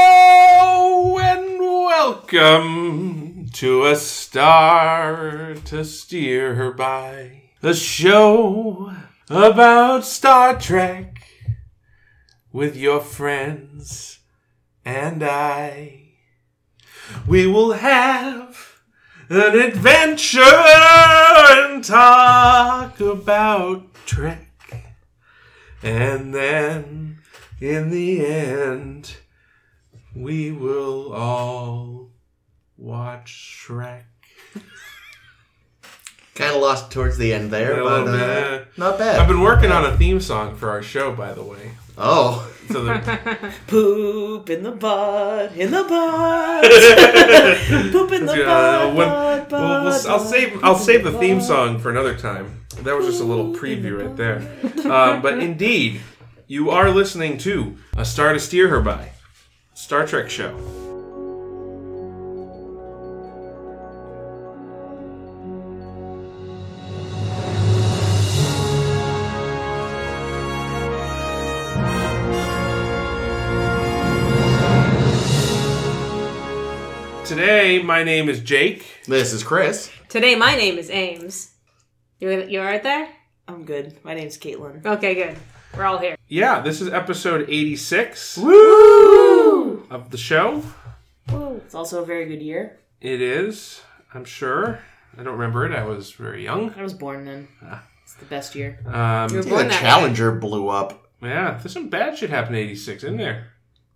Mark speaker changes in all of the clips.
Speaker 1: Hello and welcome to a star to steer her by. The show about Star Trek with your friends and I. We will have an adventure and talk about Trek. And then in the end, we will all watch Shrek.
Speaker 2: Kind of lost towards the end there,
Speaker 1: A
Speaker 2: but
Speaker 1: little
Speaker 2: uh,
Speaker 1: bit.
Speaker 2: not
Speaker 1: I've
Speaker 2: bad.
Speaker 1: been working on a theme song for our show, by the way.
Speaker 2: Oh,
Speaker 1: So the,
Speaker 3: Poop in the butt, in the butt. Poop in the
Speaker 1: Yeah,
Speaker 3: butt,
Speaker 1: when-
Speaker 3: butt,
Speaker 1: we'll- we'll-
Speaker 3: butt,
Speaker 1: I'll
Speaker 3: butt.
Speaker 1: save I'll save the theme song for another time. That was just a little preview right there. Um, but indeed, you are listening to a star to steer her by Star Trek show. Today, my name is Jake.
Speaker 2: this is Chris.
Speaker 4: Today, my name is Ames. You you all right there?
Speaker 3: I'm good. My name's Caitlin.
Speaker 4: Okay, good. We're all here.
Speaker 1: Yeah, this is episode 86 of the show.
Speaker 3: It's also a very good year.
Speaker 1: It is, I'm sure. I don't remember it. I was very young.
Speaker 3: I was born then. It's the best year.
Speaker 1: Um,
Speaker 2: Yeah, the
Speaker 4: that
Speaker 2: Challenger blew up.
Speaker 1: yeah, there's some bad shit happened in 86, isn't there?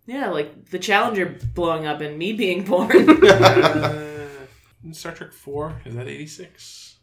Speaker 3: Yeah, like the Challenger blowing up and me being born.
Speaker 1: Uh, Star Trek 4, is that 86?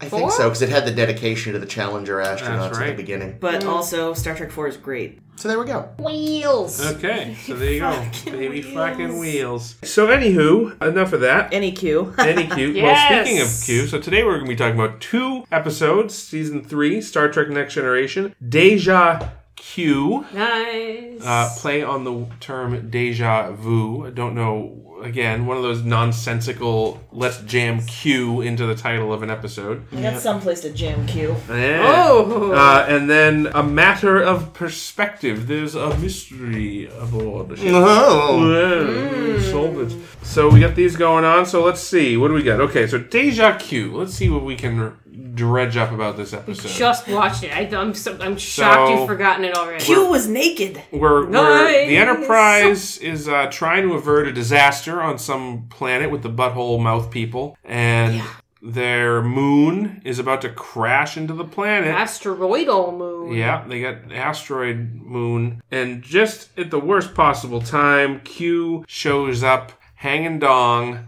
Speaker 2: I
Speaker 4: Four?
Speaker 2: think so because it had the dedication to the Challenger astronauts at
Speaker 1: right.
Speaker 2: the beginning.
Speaker 3: but also, Star Trek 4 is great.
Speaker 2: So there we go.
Speaker 4: Wheels.
Speaker 1: Okay, so there you go.
Speaker 3: Fucking
Speaker 1: Baby
Speaker 3: wheels.
Speaker 1: fucking wheels. So, anywho, enough of that.
Speaker 3: Any Q.
Speaker 1: Any Q. Well,
Speaker 4: Yes.
Speaker 1: speaking of Q, so today we're going to be talking about two episodes, season three, Star Trek Next Generation, Deja Q.
Speaker 4: Nice.
Speaker 1: Uh, play on the term deja vu. I don't know. Again, one of those nonsensical let's jam Q into the title of an episode.
Speaker 3: That's someplace to jam Q.
Speaker 4: Oh.
Speaker 1: Uh, and then a matter of perspective. There's a mystery aboard the ship.
Speaker 2: Oh,
Speaker 1: Whoa, sold it. So we got these going on. So let's see. What do we got? Okay, so deja Q. Let's see what we can dredge up about this episode.
Speaker 4: Just watched it. I, I'm so, I'm shocked
Speaker 1: So-
Speaker 4: you've forgotten it already.
Speaker 3: Q was naked.
Speaker 1: We're, we're- the
Speaker 4: Nice.
Speaker 1: Enterprise is uh, trying to avert a disaster on some planet with the butthole mouth people, and their moon is about to crash into the planet.
Speaker 4: Asteroidal moon.
Speaker 1: yeah, they got asteroid moon, and just at the worst possible time, Q shows up hanging dong,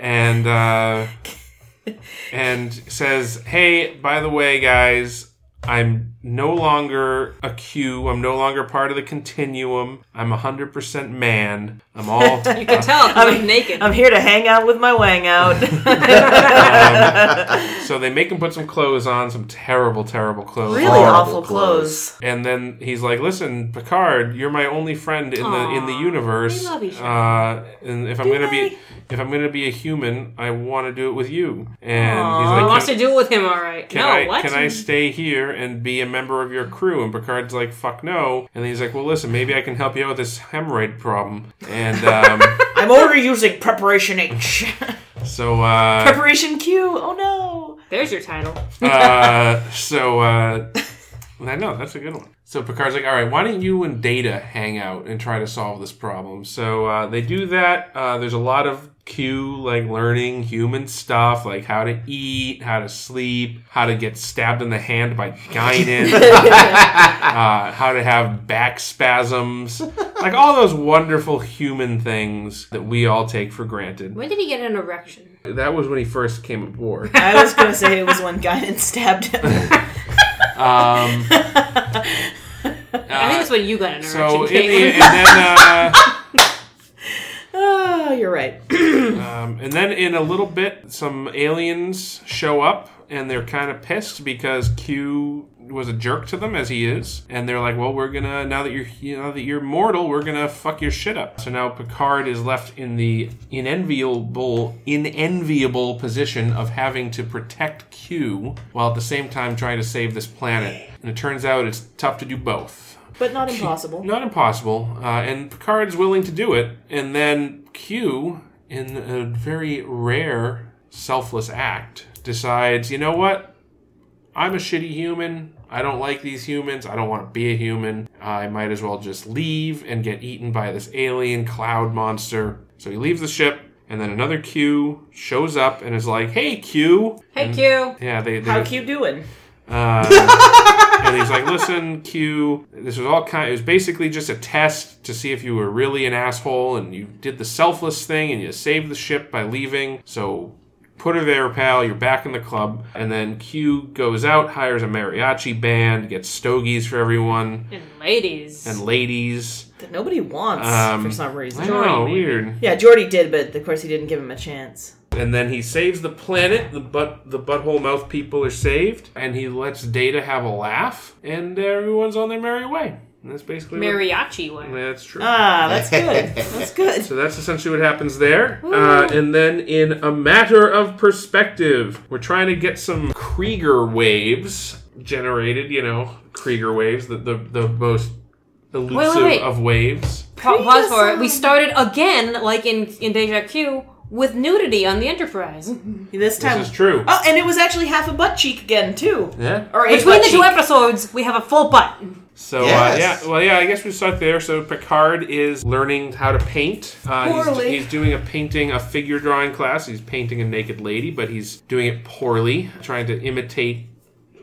Speaker 1: and uh, and says, "Hey, by the way, guys." I'm no longer a Q. I'm no longer part of the continuum. I'm 100% man. I'm all.
Speaker 4: You can tell 'cause I'm naked.
Speaker 3: I'm here to hang out with my wang out.
Speaker 1: so they make him put some clothes on, some terrible, terrible clothes.
Speaker 3: really
Speaker 2: Horrible
Speaker 3: awful
Speaker 2: clothes.
Speaker 3: clothes.
Speaker 1: And then he's like, "Listen, Picard, you're my only friend in the in the
Speaker 4: Aw,
Speaker 1: universe.
Speaker 4: we love each other.
Speaker 1: Uh, and if I'm gonna be
Speaker 3: they?
Speaker 1: if I'm gonna be a human, I want to do it with you." And
Speaker 4: I
Speaker 1: he's like,
Speaker 4: wants to do it with him, all right.
Speaker 1: can
Speaker 4: no,
Speaker 1: I
Speaker 4: what?
Speaker 1: can I stay here and be a member of your crew? And Picard's like, "Fuck no!" And then he's like, "Well, listen, maybe I can help you out with this hemorrhoid problem." And um,
Speaker 3: I'm already using Preparation H.
Speaker 1: so, uh,
Speaker 3: Preparation Q. Oh no.
Speaker 4: There's your title.
Speaker 1: uh, so uh, I know that's a good one. So Picard's like, "All right, why don't you and Data hang out and try to solve this problem?" So uh, they do that. Uh, there's a lot of Q like learning human stuff, like how to eat, how to sleep, how to get stabbed in the hand by Guinan. uh, how to have back spasms, like all those wonderful human things that we all take for granted.
Speaker 4: When did he get an erection?
Speaker 1: That was when he first came aboard.
Speaker 3: I was gonna say it was when Guinan stabbed him.
Speaker 1: Um,
Speaker 4: I think that's when you got an erection.
Speaker 1: Uh, so in the,
Speaker 4: Caitlin.
Speaker 1: and then
Speaker 3: oh, you're right.
Speaker 1: uh, um, and then in a little bit, some aliens show up and they're kind of pissed because Q was a jerk to them as he is, and they're like, "Well, we're gonna now that you're you know that you're mortal, we're gonna fuck your shit up." So now Picard is left in the inenviable inenviable position of having to protect Q while at the same time trying to save this planet, and it turns out it's tough to do both.
Speaker 3: but not impossible.
Speaker 1: Not impossible. Uh, and Picard's willing to do it. And then Q, in a very rare selfless act, decides, you know what? I'm a shitty human. I don't like these humans. I don't want to be a human. I might as well just leave and get eaten by this alien cloud monster. So he leaves the ship, and then another Q shows up and is like, "Hey, Q."
Speaker 4: Hey, Q.
Speaker 1: Yeah, they. they
Speaker 3: How Q doing?
Speaker 1: uh, and he's like, "Listen, Q, this was all kind. It was basically just a test to see if you were really an asshole, and you did the selfless thing, and you saved the ship by leaving. So." Put her there, pal. You're back in the club. And then Q goes out, hires a mariachi band, gets stogies for everyone
Speaker 4: And ladies.
Speaker 1: and ladies.
Speaker 3: That nobody wants
Speaker 1: Um,
Speaker 3: for some
Speaker 1: I
Speaker 3: reason.
Speaker 1: know, weird.
Speaker 3: Yeah, Jordy did, but of course he didn't give him a chance.
Speaker 1: And then he saves the planet. The butt, the butthole mouth people are saved, and he lets Data have a laugh, and everyone's on their merry way. And that's basically what-
Speaker 4: Mariachi one.
Speaker 1: Yeah, that's true.
Speaker 3: Ah, that's good. That's good.
Speaker 1: so that's essentially what happens there. Uh, and then in a matter of perspective, we're trying to get some Krieger waves generated. You know, Krieger waves, the the, the most elusive
Speaker 4: wait.
Speaker 1: of waves.
Speaker 4: Pa- Pause for it. We started again, like in, in Deja Q, with nudity on the Enterprise. Between
Speaker 3: This time.
Speaker 1: This is true.
Speaker 3: Oh, and it was actually half a butt cheek again too.
Speaker 1: Yeah.
Speaker 3: Or a butt
Speaker 4: the two
Speaker 3: cheek.
Speaker 4: episodes, we have a full butt.
Speaker 1: So
Speaker 2: Yes.
Speaker 1: uh, yeah, well yeah, I guess we start there. So Picard is learning how to paint. Uh, he's,
Speaker 3: Poorly.
Speaker 1: he's doing a painting, a figure drawing class. He's painting a naked lady, but he's doing it poorly, trying to imitate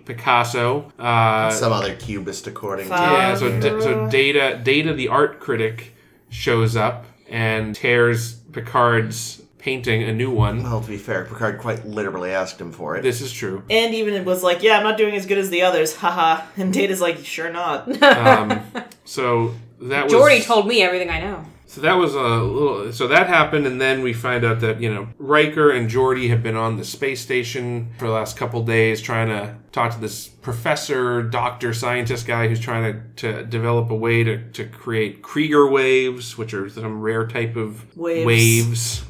Speaker 1: Picasso. Uh,
Speaker 2: Some other cubist, according to.
Speaker 3: Fuck.
Speaker 1: yeah, so
Speaker 4: Um,
Speaker 1: D- so Data Data the art critic shows up and tears Picard's painting a new one.
Speaker 2: Well, to be fair, Picard quite literally asked him for it.
Speaker 1: This is true.
Speaker 3: And even it was like, yeah, I'm not doing as good as the others, haha. And Data's like, sure not.
Speaker 1: Um, so that was
Speaker 4: Jordy told me everything I know.
Speaker 1: So that was a little. So that happened, and then we find out that you know Riker and Geordi have been on the space station for the last couple days, trying to talk to this professor, doctor, scientist guy who's trying to, to develop a way to, to create Krieger waves, which are some rare type of
Speaker 3: Waves.
Speaker 1: waves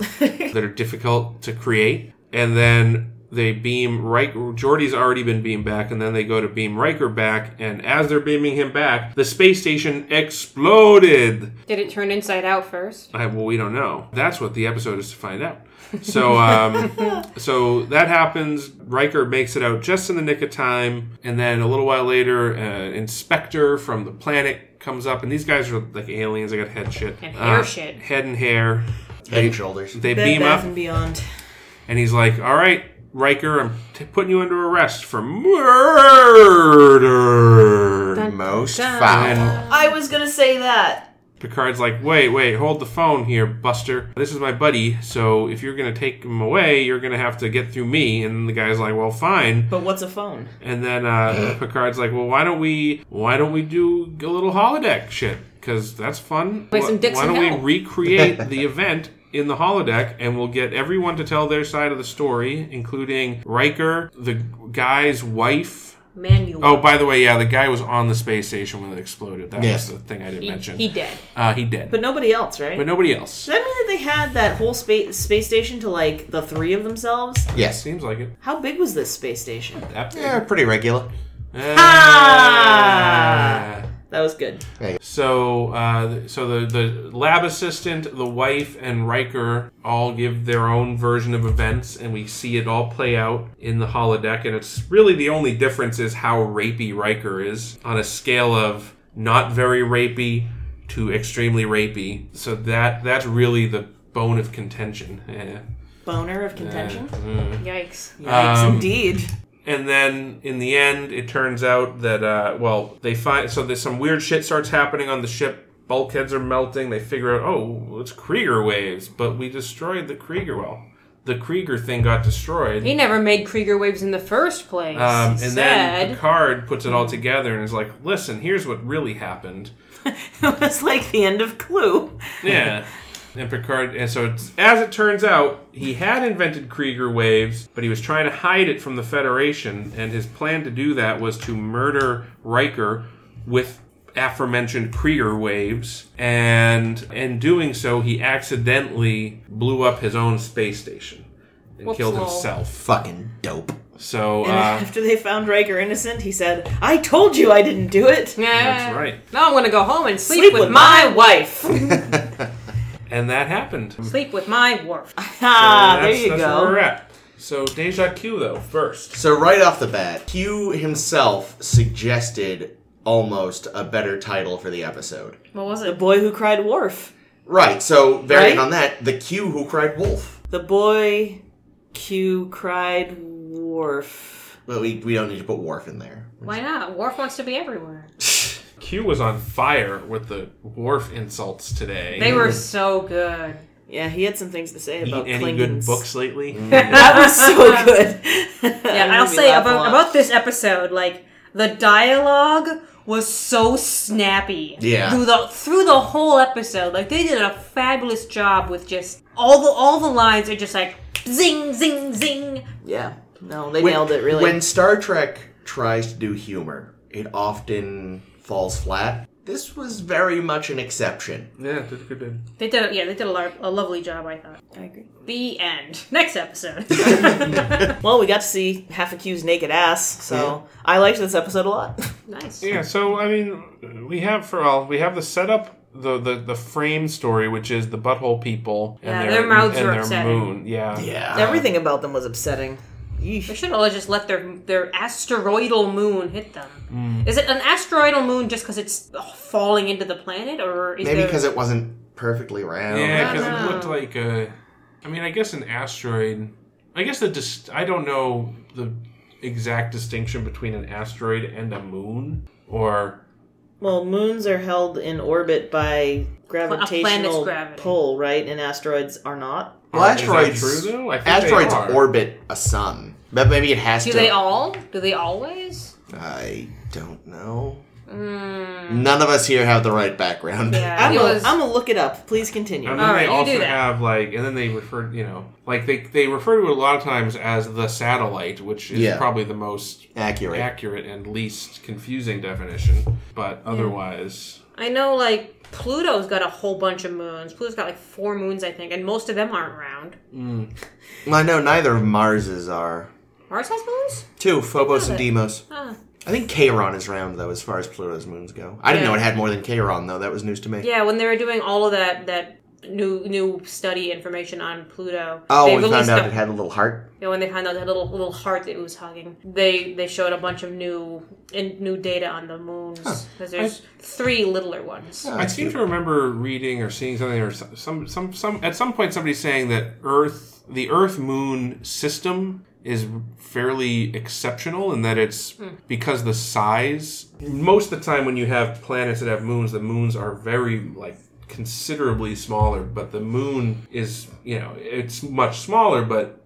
Speaker 1: that are difficult to create. And then they beam Riker. Geordi's already been beamed back, and then they go to beam Riker back. And as they're beaming him back, the space station exploded.
Speaker 4: Did it turn inside out first?
Speaker 1: I, well, we don't know. That's what the episode is to find out. So, um, so that happens. Riker makes it out just in the nick of time, and then a little while later, uh, Inspector from the planet comes up, and these guys are like aliens. They got head shit
Speaker 4: And hair
Speaker 1: Uh,
Speaker 4: shit.
Speaker 1: head and hair.
Speaker 2: Head and shoulders.
Speaker 1: They
Speaker 3: Bed,
Speaker 1: beam
Speaker 3: Bath,
Speaker 1: up,
Speaker 3: and Beyond.
Speaker 1: and he's like, "All right, Riker, I'm t- putting you under arrest for murder."
Speaker 2: Most
Speaker 4: dun,
Speaker 2: foul.
Speaker 1: dun.
Speaker 3: I was gonna say that.
Speaker 1: Picard's like, wait, wait, hold the phone here, Buster. This is my buddy, so if you're gonna take him away, you're gonna have to get through me. And the guy's like, well, fine.
Speaker 3: But what's a phone?
Speaker 1: And then uh, Picard's like, well, why don't we, why don't we do a little holodeck shit? Because that's fun.
Speaker 4: Play
Speaker 1: Wh-
Speaker 4: some Dixie
Speaker 1: why don't
Speaker 4: Hill."
Speaker 1: we recreate the event? In the holodeck, and we'll get everyone to tell their side of the story, including Riker, the guy's wife.
Speaker 4: Manual.
Speaker 1: Oh, by the way, yeah, the guy was on the space station when it exploded. That
Speaker 2: Yes.
Speaker 1: was the thing I didn't
Speaker 4: he,
Speaker 1: mention.
Speaker 4: he did.
Speaker 1: uh, he did,
Speaker 3: But nobody else, right?
Speaker 1: but nobody else.
Speaker 3: Does that mean that they had that whole space space station to like the three of themselves?
Speaker 2: Yes.
Speaker 1: Seems like it.
Speaker 3: How big was this space station?
Speaker 1: That big.
Speaker 2: Yeah, pretty regular.
Speaker 1: Uh,
Speaker 3: Ah!
Speaker 1: Ah.
Speaker 3: That was good.
Speaker 1: So, uh, so the, the lab assistant, the wife, and Riker all give their own version of events, and we see it all play out in the holodeck. And it's really the only difference is how rapey Riker is on a scale of not very rapey to extremely rapey. So that that's really the bone of contention. Eh. Yeah.
Speaker 3: Boner of contention.
Speaker 4: Yikes.
Speaker 3: Yikes,
Speaker 1: Um,
Speaker 3: indeed.
Speaker 1: And then in the end, it turns out that uh, well, they find so there's some weird shit starts happening on the ship. Bulkheads are melting. They figure out oh, it's Krieger waves, but we destroyed the Krieger. Well, the Krieger thing got destroyed.
Speaker 4: He never made Krieger waves in the first place.
Speaker 1: Um, and then
Speaker 4: Sad.
Speaker 1: Picard puts it all together and is like, "Listen, here's what really happened."
Speaker 3: it was like the end of Clue.
Speaker 1: Yeah. And Picard, and so it's, as it turns out, he had invented Krieger waves, but he was trying to hide it from the Federation, and his plan to do that was to murder Riker with aforementioned Krieger waves, and in doing so, he accidentally blew up his own space station and
Speaker 4: Whoops,
Speaker 1: killed
Speaker 4: lol.
Speaker 1: himself.
Speaker 2: Fucking dope.
Speaker 1: So
Speaker 3: And
Speaker 1: uh,
Speaker 3: after they found Riker innocent, he said, I told you I didn't do it.
Speaker 4: Yeah.
Speaker 1: That's right.
Speaker 4: Now I'm gonna go home and sleep, with, my wife.
Speaker 1: and that happened. So
Speaker 4: sleep with my wharf.
Speaker 3: Ah, there
Speaker 1: that's-
Speaker 3: you
Speaker 1: that's
Speaker 3: go.
Speaker 1: Where we're at. So deja Q though first.
Speaker 2: So right off the bat, Q himself suggested almost a better title for the episode.
Speaker 4: What was
Speaker 3: The boy who cried Worf.
Speaker 2: Right. So varying
Speaker 3: Right?
Speaker 2: on that, the Q who cried wolf.
Speaker 3: The boy Q cried Worf.
Speaker 2: But we, we don't need to put wharf in there.
Speaker 4: Why not? Wharf wants to be everywhere.
Speaker 1: Q was on fire with the wharf insults today.
Speaker 4: They were so good.
Speaker 3: Yeah, he had some things to say
Speaker 1: Eat
Speaker 3: about
Speaker 1: any
Speaker 3: Klingons.
Speaker 1: good books lately?
Speaker 3: That was so good.
Speaker 4: Yeah, I'll say about about this episode, like the dialogue was so snappy.
Speaker 2: Yeah.
Speaker 4: Through the through the whole episode. Like they did a fabulous job with just all the all the lines are just like zing zing zing.
Speaker 3: Yeah, no, they
Speaker 2: When-
Speaker 3: nailed it. Really,
Speaker 2: When Star Trek tries to do humor, it often falls flat. This was very much an exception.
Speaker 1: yeah, did a good bit.
Speaker 4: They did a, yeah, they did a, lar- a lovely job, I thought.
Speaker 3: I agree.
Speaker 4: The end. Next episode.
Speaker 3: Well, we got to see half of Q's naked ass, so I liked this episode a lot.
Speaker 4: nice.
Speaker 1: Yeah, so I mean, we have for all we have the setup, the the, the frame story, which is the butthole people and
Speaker 4: Yeah, their mouths
Speaker 1: and
Speaker 4: are
Speaker 1: their
Speaker 4: upsetting.
Speaker 1: moon. Yeah,
Speaker 2: Yeah.
Speaker 3: Everything about them was upsetting.
Speaker 4: They should all just let their their asteroidal moon hit them.
Speaker 2: Mm.
Speaker 4: Is it an asteroidal moon just because it's oh, falling into the planet, or is
Speaker 2: Maybe
Speaker 4: there-
Speaker 2: because it wasn't perfectly round.
Speaker 1: yeah, because
Speaker 4: No,
Speaker 1: it
Speaker 4: no.
Speaker 1: looked like a. I mean, I guess an asteroid. I guess the dis- I don't know the exact distinction between an asteroid and a moon, or
Speaker 3: Well, moons are held in orbit by gravitational
Speaker 4: gravity.
Speaker 3: pull, right? And asteroids are not.
Speaker 2: Well,
Speaker 1: Is that
Speaker 2: asteroids.
Speaker 1: true, though? I think they
Speaker 2: asteroids
Speaker 1: are.
Speaker 2: orbit a sun, but maybe it has
Speaker 4: do
Speaker 2: to.
Speaker 4: they all? Do they always?
Speaker 2: I don't know. None of us here have the right background.
Speaker 4: Yeah,
Speaker 3: I'm
Speaker 4: it
Speaker 3: gonna
Speaker 4: was.
Speaker 3: I'm gonna look it up. Please continue.
Speaker 1: And
Speaker 4: All
Speaker 1: then
Speaker 4: right,
Speaker 1: they
Speaker 4: you
Speaker 1: also
Speaker 4: do that.
Speaker 1: have like, and then they refer, you know, like they they refer to it a lot of times as the satellite, which is
Speaker 2: Yeah.
Speaker 1: probably the most
Speaker 2: Accurate.
Speaker 1: accurate and least confusing definition. But otherwise,
Speaker 4: I know, like Pluto's got a whole bunch of moons. Pluto's got like four moons, I think, and most of them aren't round.
Speaker 2: Well, I know neither of Mars's are.
Speaker 4: Mars has moons.
Speaker 2: Two, Phobos and
Speaker 4: Got it.
Speaker 2: Deimos.
Speaker 4: Huh.
Speaker 2: I think Charon is round, though, as far as Pluto's moons go. I didn't
Speaker 4: Yeah.
Speaker 2: know it had more than Charon, though. That was news to me.
Speaker 4: Yeah, when they were doing all of that that new new study information on Pluto,
Speaker 2: Oh,
Speaker 4: they
Speaker 2: we found
Speaker 4: released
Speaker 2: out
Speaker 4: a-
Speaker 2: it had a little heart.
Speaker 4: You know, when they found out that little little heart that it was hugging, they they showed a bunch of new and new data on the moons because there's three littler ones.
Speaker 2: Oh,
Speaker 1: I
Speaker 2: that's
Speaker 1: seem
Speaker 2: cute.
Speaker 1: to remember reading or seeing something or some, some some some at some point somebody saying that Earth the Earth Moon system is fairly exceptional in that it's because the size most of the time when you have planets that have moons the moons are very like considerably smaller but the moon is you know it's much smaller but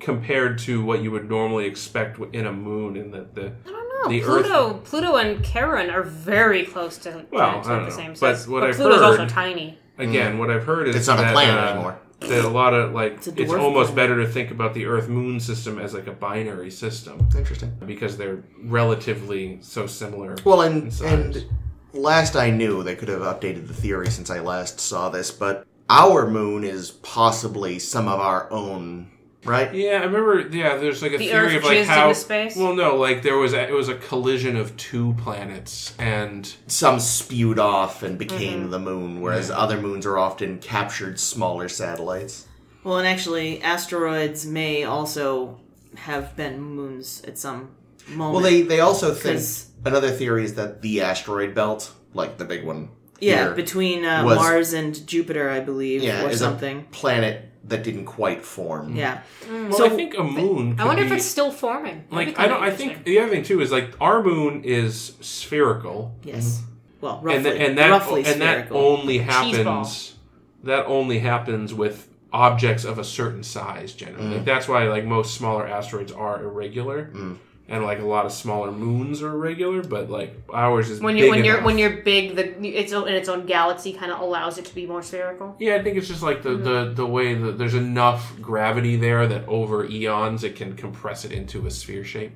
Speaker 1: compared to what you would normally expect in a moon in that the
Speaker 4: I don't know.
Speaker 1: The
Speaker 4: Pluto, Pluto and Charon are very close to
Speaker 1: Well,
Speaker 4: planets
Speaker 1: I don't
Speaker 4: of the
Speaker 1: know.
Speaker 4: same
Speaker 1: But
Speaker 4: size.
Speaker 1: what I've
Speaker 4: Pluto's also
Speaker 1: heard-
Speaker 4: tiny.
Speaker 1: again, what I've heard is
Speaker 2: Mm. It's not a
Speaker 1: that,
Speaker 2: planet
Speaker 1: uh,
Speaker 2: anymore.
Speaker 1: That a lot of like it's,
Speaker 3: a dwarf
Speaker 1: almost
Speaker 3: planet.
Speaker 1: better to think about the Earth Moon system as like a binary system
Speaker 2: Interesting.
Speaker 1: because they're relatively so similar.
Speaker 2: Well, and
Speaker 1: in size.
Speaker 2: and last I knew, they could have updated the theory since I last saw this, but our moon is possibly some of our own, right?
Speaker 1: yeah, I remember. Yeah, there's like a
Speaker 4: The
Speaker 1: theory
Speaker 4: Earth
Speaker 1: of like
Speaker 4: jizzed
Speaker 1: how.
Speaker 4: into space?
Speaker 1: Well, no, like there was a, it was a collision of two planets, and
Speaker 2: Some spewed off and became the moon, whereas other moons are often captured smaller satellites.
Speaker 3: Well, and actually, asteroids may also have been moons at some moment.
Speaker 2: Well, they they also think
Speaker 3: 'Cause-
Speaker 2: another theory is that the asteroid belt, like the big one,
Speaker 3: yeah,
Speaker 2: here,
Speaker 3: between uh,
Speaker 2: was-
Speaker 3: Mars and Jupiter, I believe,
Speaker 2: yeah,
Speaker 3: or
Speaker 2: is
Speaker 3: something.
Speaker 2: a planet that didn't quite form.
Speaker 3: Yeah,
Speaker 1: well, I think a moon.
Speaker 4: Hmm. I wonder
Speaker 1: could
Speaker 4: if
Speaker 1: be-
Speaker 4: it's still forming. That'd be
Speaker 1: like I
Speaker 4: kinda
Speaker 1: don't. I
Speaker 4: interesting.
Speaker 1: think the other thing too is like our moon is spherical,
Speaker 3: yes. Well, roughly,
Speaker 1: and, th- and that
Speaker 3: roughly
Speaker 1: and that
Speaker 3: spherical.
Speaker 1: only
Speaker 4: ball.
Speaker 1: happens that only happens with objects of a certain size generally Like, that's why like most smaller asteroids are irregular and like a lot of smaller moons are irregular but like ours is
Speaker 4: when you
Speaker 1: big
Speaker 4: when you're
Speaker 1: enough.
Speaker 4: when you're big, the its own in its own galaxy kind of allows it to be more spherical.
Speaker 1: yeah, I think it's just like the, the,
Speaker 4: Mm-hmm.
Speaker 1: the way that there's enough gravity there that over eons it can compress it into a sphere shape.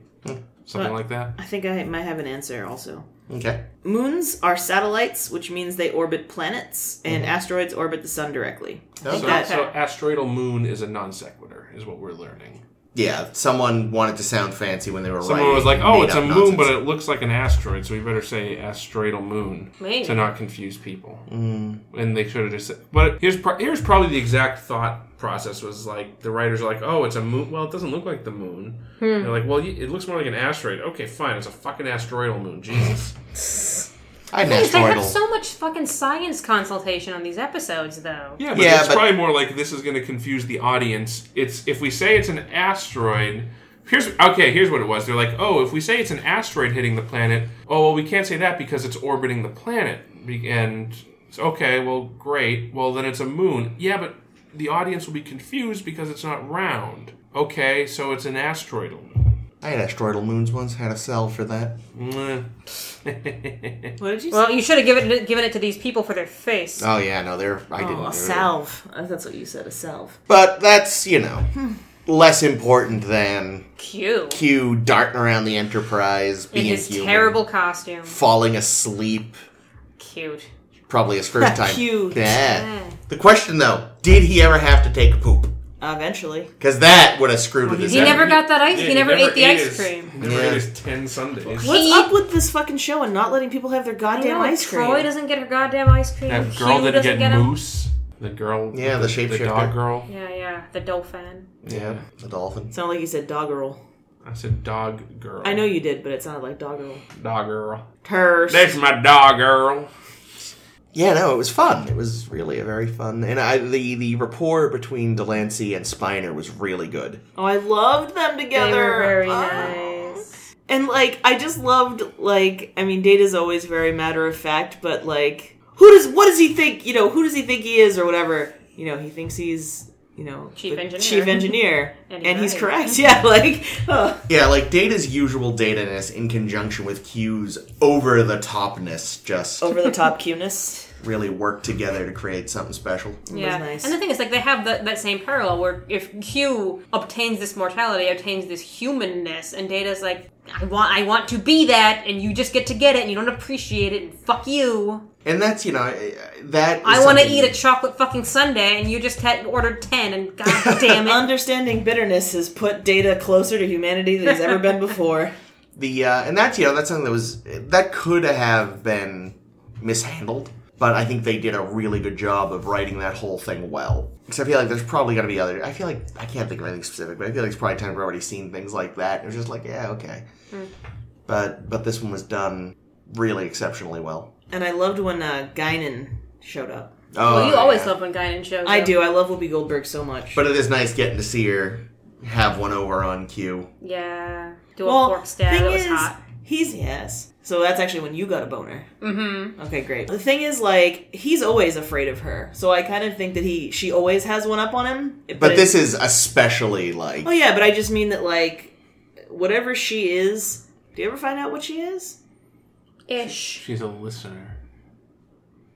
Speaker 1: Something like that.
Speaker 3: I think I might have an answer also.
Speaker 2: Okay.
Speaker 3: Moons are satellites, which means they orbit planets, and asteroids orbit the sun directly. I think
Speaker 1: So,
Speaker 3: that-
Speaker 1: so asteroidal moon is a non sequitur, is what we're learning.
Speaker 2: Yeah, someone wanted to sound fancy when they were
Speaker 1: Someone was like,
Speaker 2: writing
Speaker 1: "Oh, it's a
Speaker 2: made-up
Speaker 1: moon,
Speaker 2: nonsense.
Speaker 1: but it looks like an asteroid, so we better say asteroidal moon
Speaker 4: Maybe.
Speaker 1: to not confuse people."
Speaker 2: Mm.
Speaker 1: And they should have just. Said, but here's pro- here's probably the exact thought process was like the writers are like, "Oh, it's a moon. Well, it doesn't look like the moon." They're like, "Well, y- it looks more like an asteroid." Okay, fine. It's a fucking asteroidal moon. Jesus.
Speaker 2: I had an
Speaker 4: Please, they have
Speaker 2: asteroidal.
Speaker 4: so much fucking science consultation on these episodes, though.
Speaker 1: Yeah, but
Speaker 2: Yeah,
Speaker 1: it's
Speaker 2: but-
Speaker 1: probably more like this is going to confuse the audience. It's if we say it's an asteroid. Here's okay. Here's what it was. They're like, oh, if we say it's an asteroid hitting the planet, oh well, we can't say that because it's orbiting the planet. Be- And it's, okay, well, great. Well, then it's a moon. Yeah, but the audience will be confused because it's not round. Okay, so it's an Eh. asteroidal. moon.
Speaker 2: I had asteroidal moons once. Had a cell for that.
Speaker 1: Meh.
Speaker 3: What did you say?
Speaker 4: Well, you should have given it, given it to these people for their face.
Speaker 1: Uh,
Speaker 2: Oh yeah, no, they're I didn't.
Speaker 3: Oh, a
Speaker 2: do it.
Speaker 3: salve. Uh, That's what you said, a salve.
Speaker 2: But that's you know less important than
Speaker 4: Cute.
Speaker 2: Q darting around the Enterprise,
Speaker 4: In
Speaker 2: being
Speaker 4: his
Speaker 2: human,
Speaker 4: terrible costume.
Speaker 2: falling asleep.
Speaker 4: Cute.
Speaker 2: Probably his first time.
Speaker 3: Cute.
Speaker 2: Yeah. The question though, did he ever have to take a poop?
Speaker 3: Uh, eventually.
Speaker 2: Because that would have screwed with his.
Speaker 4: He
Speaker 1: Yeah,
Speaker 4: never got that ice.
Speaker 1: yeah,
Speaker 4: he never ate the
Speaker 1: ate
Speaker 4: ice
Speaker 1: his-
Speaker 4: cream.
Speaker 1: He never
Speaker 2: Yeah.
Speaker 1: ate his ten Sundays.
Speaker 3: What's
Speaker 4: He-
Speaker 3: up with this fucking show and not letting people have their
Speaker 4: I
Speaker 3: goddamn
Speaker 4: know,
Speaker 3: ice cream?
Speaker 4: Troy doesn't get her goddamn ice cream.
Speaker 1: That girl
Speaker 4: Hugh
Speaker 1: didn't
Speaker 4: doesn't
Speaker 1: get,
Speaker 4: get 'em.
Speaker 1: moose. The girl.
Speaker 2: Yeah, the
Speaker 1: The
Speaker 2: shapeshifter.
Speaker 1: dog girl.
Speaker 4: Yeah, yeah. The dolphin.
Speaker 2: Yeah, the dolphin.
Speaker 3: Sound like you said doggerel.
Speaker 1: I said dog girl.
Speaker 3: I know you did, but it sounded like doggerel.
Speaker 1: Dog girl.
Speaker 3: Terse.
Speaker 1: That's my dog girl.
Speaker 2: Yeah, no, it was fun. It was really a very fun, and I the the rapport between Delancey and Spiner was really good.
Speaker 3: Oh, I loved them
Speaker 4: They
Speaker 3: together.
Speaker 4: were very
Speaker 3: Ah.
Speaker 4: nice.
Speaker 3: And like, I just loved like, I mean, Data's always very matter of fact, but like, who does what does he think? You know, who does he think he is, or whatever? You know, he thinks he's you know
Speaker 4: Chief
Speaker 3: the
Speaker 4: engineer.
Speaker 3: chief engineer,
Speaker 4: And
Speaker 3: and,
Speaker 4: he's
Speaker 3: he's
Speaker 4: right.
Speaker 3: correct. Yeah, like, oh.
Speaker 2: Yeah, like Data's usual dataness in conjunction with Q's over the topness just
Speaker 4: Oh.
Speaker 3: over the top cuteness.
Speaker 2: really worked together to create something special.
Speaker 4: Yeah,
Speaker 3: nice.
Speaker 4: and the thing is, like, they have that that same parallel where if Q obtains this mortality, obtains this humanness, and Data's like, "I want, I want to be that," and you just get to get it, and you don't appreciate it, and fuck you.
Speaker 2: And that's you know I- I- that is
Speaker 4: I want to
Speaker 2: something-
Speaker 4: eat a chocolate fucking sundae, and you just had ordered ten, and god damn
Speaker 3: Uh,
Speaker 4: it,
Speaker 3: Understanding bitterness has put Data closer to humanity than he's ever been before.
Speaker 2: the uh, and that's you know that's something that was that could have been mishandled, but I think they did a really good job of writing that whole thing well. Because I feel like there's probably going to be other. I feel like I can't think of anything specific, but I feel like it's probably time we've already seen things like that. It was just like yeah okay,
Speaker 4: Hmm.
Speaker 2: but but this one was done really exceptionally well.
Speaker 3: And I loved when uh, Guinan showed up.
Speaker 2: Oh,
Speaker 4: well, you always
Speaker 2: yeah.
Speaker 4: love when Guinan shows.
Speaker 3: I
Speaker 4: up.
Speaker 3: do. I love Whoopi Goldberg so much.
Speaker 2: But it is nice getting to see her have one over on Q.
Speaker 4: Yeah, do a
Speaker 3: well,
Speaker 4: fork stab. It
Speaker 3: thing
Speaker 4: was
Speaker 3: is,
Speaker 4: hot.
Speaker 3: he's yes. So that's actually when you got a boner. Mm-hmm. Okay, great. The thing is, like, he's always afraid of her. So I kind of think that he, she always has one up on him.
Speaker 2: But
Speaker 3: it-
Speaker 2: this is especially like
Speaker 3: oh yeah. But I just mean that, like, whatever she is. Do you ever find out what she is?
Speaker 4: Ish.
Speaker 1: She's a listener.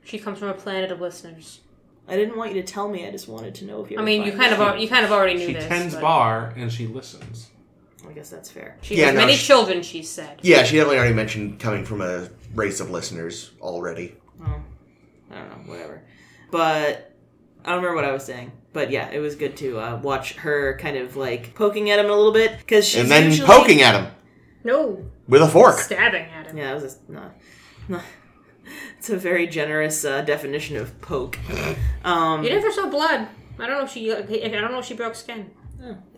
Speaker 4: She comes from a planet of listeners.
Speaker 3: I didn't want you to tell me. I just wanted to know if you.
Speaker 4: I
Speaker 3: ever
Speaker 4: mean, you
Speaker 3: find
Speaker 4: kind
Speaker 3: out.
Speaker 4: of al- you kind of already knew
Speaker 1: She
Speaker 4: this.
Speaker 1: tends
Speaker 4: but-
Speaker 1: bar and she listens.
Speaker 3: I guess that's fair.
Speaker 4: She
Speaker 2: Yeah,
Speaker 4: has
Speaker 2: no,
Speaker 4: many
Speaker 2: she-
Speaker 4: children. She said.
Speaker 2: yeah. She definitely already mentioned coming from a race of listeners already.
Speaker 3: I don't know. Whatever. But I don't remember what I was saying. But yeah, it was good to uh, watch her kind of like poking at him a little bit because she's
Speaker 2: and then
Speaker 3: usually-
Speaker 2: poking at him
Speaker 4: No,
Speaker 2: with a fork.
Speaker 4: stabbing at him.
Speaker 3: Yeah, that was a, no, no. It's a very generous uh, definition of poke. Um,
Speaker 4: You never saw blood. I don't know if she. I don't know if she broke skin.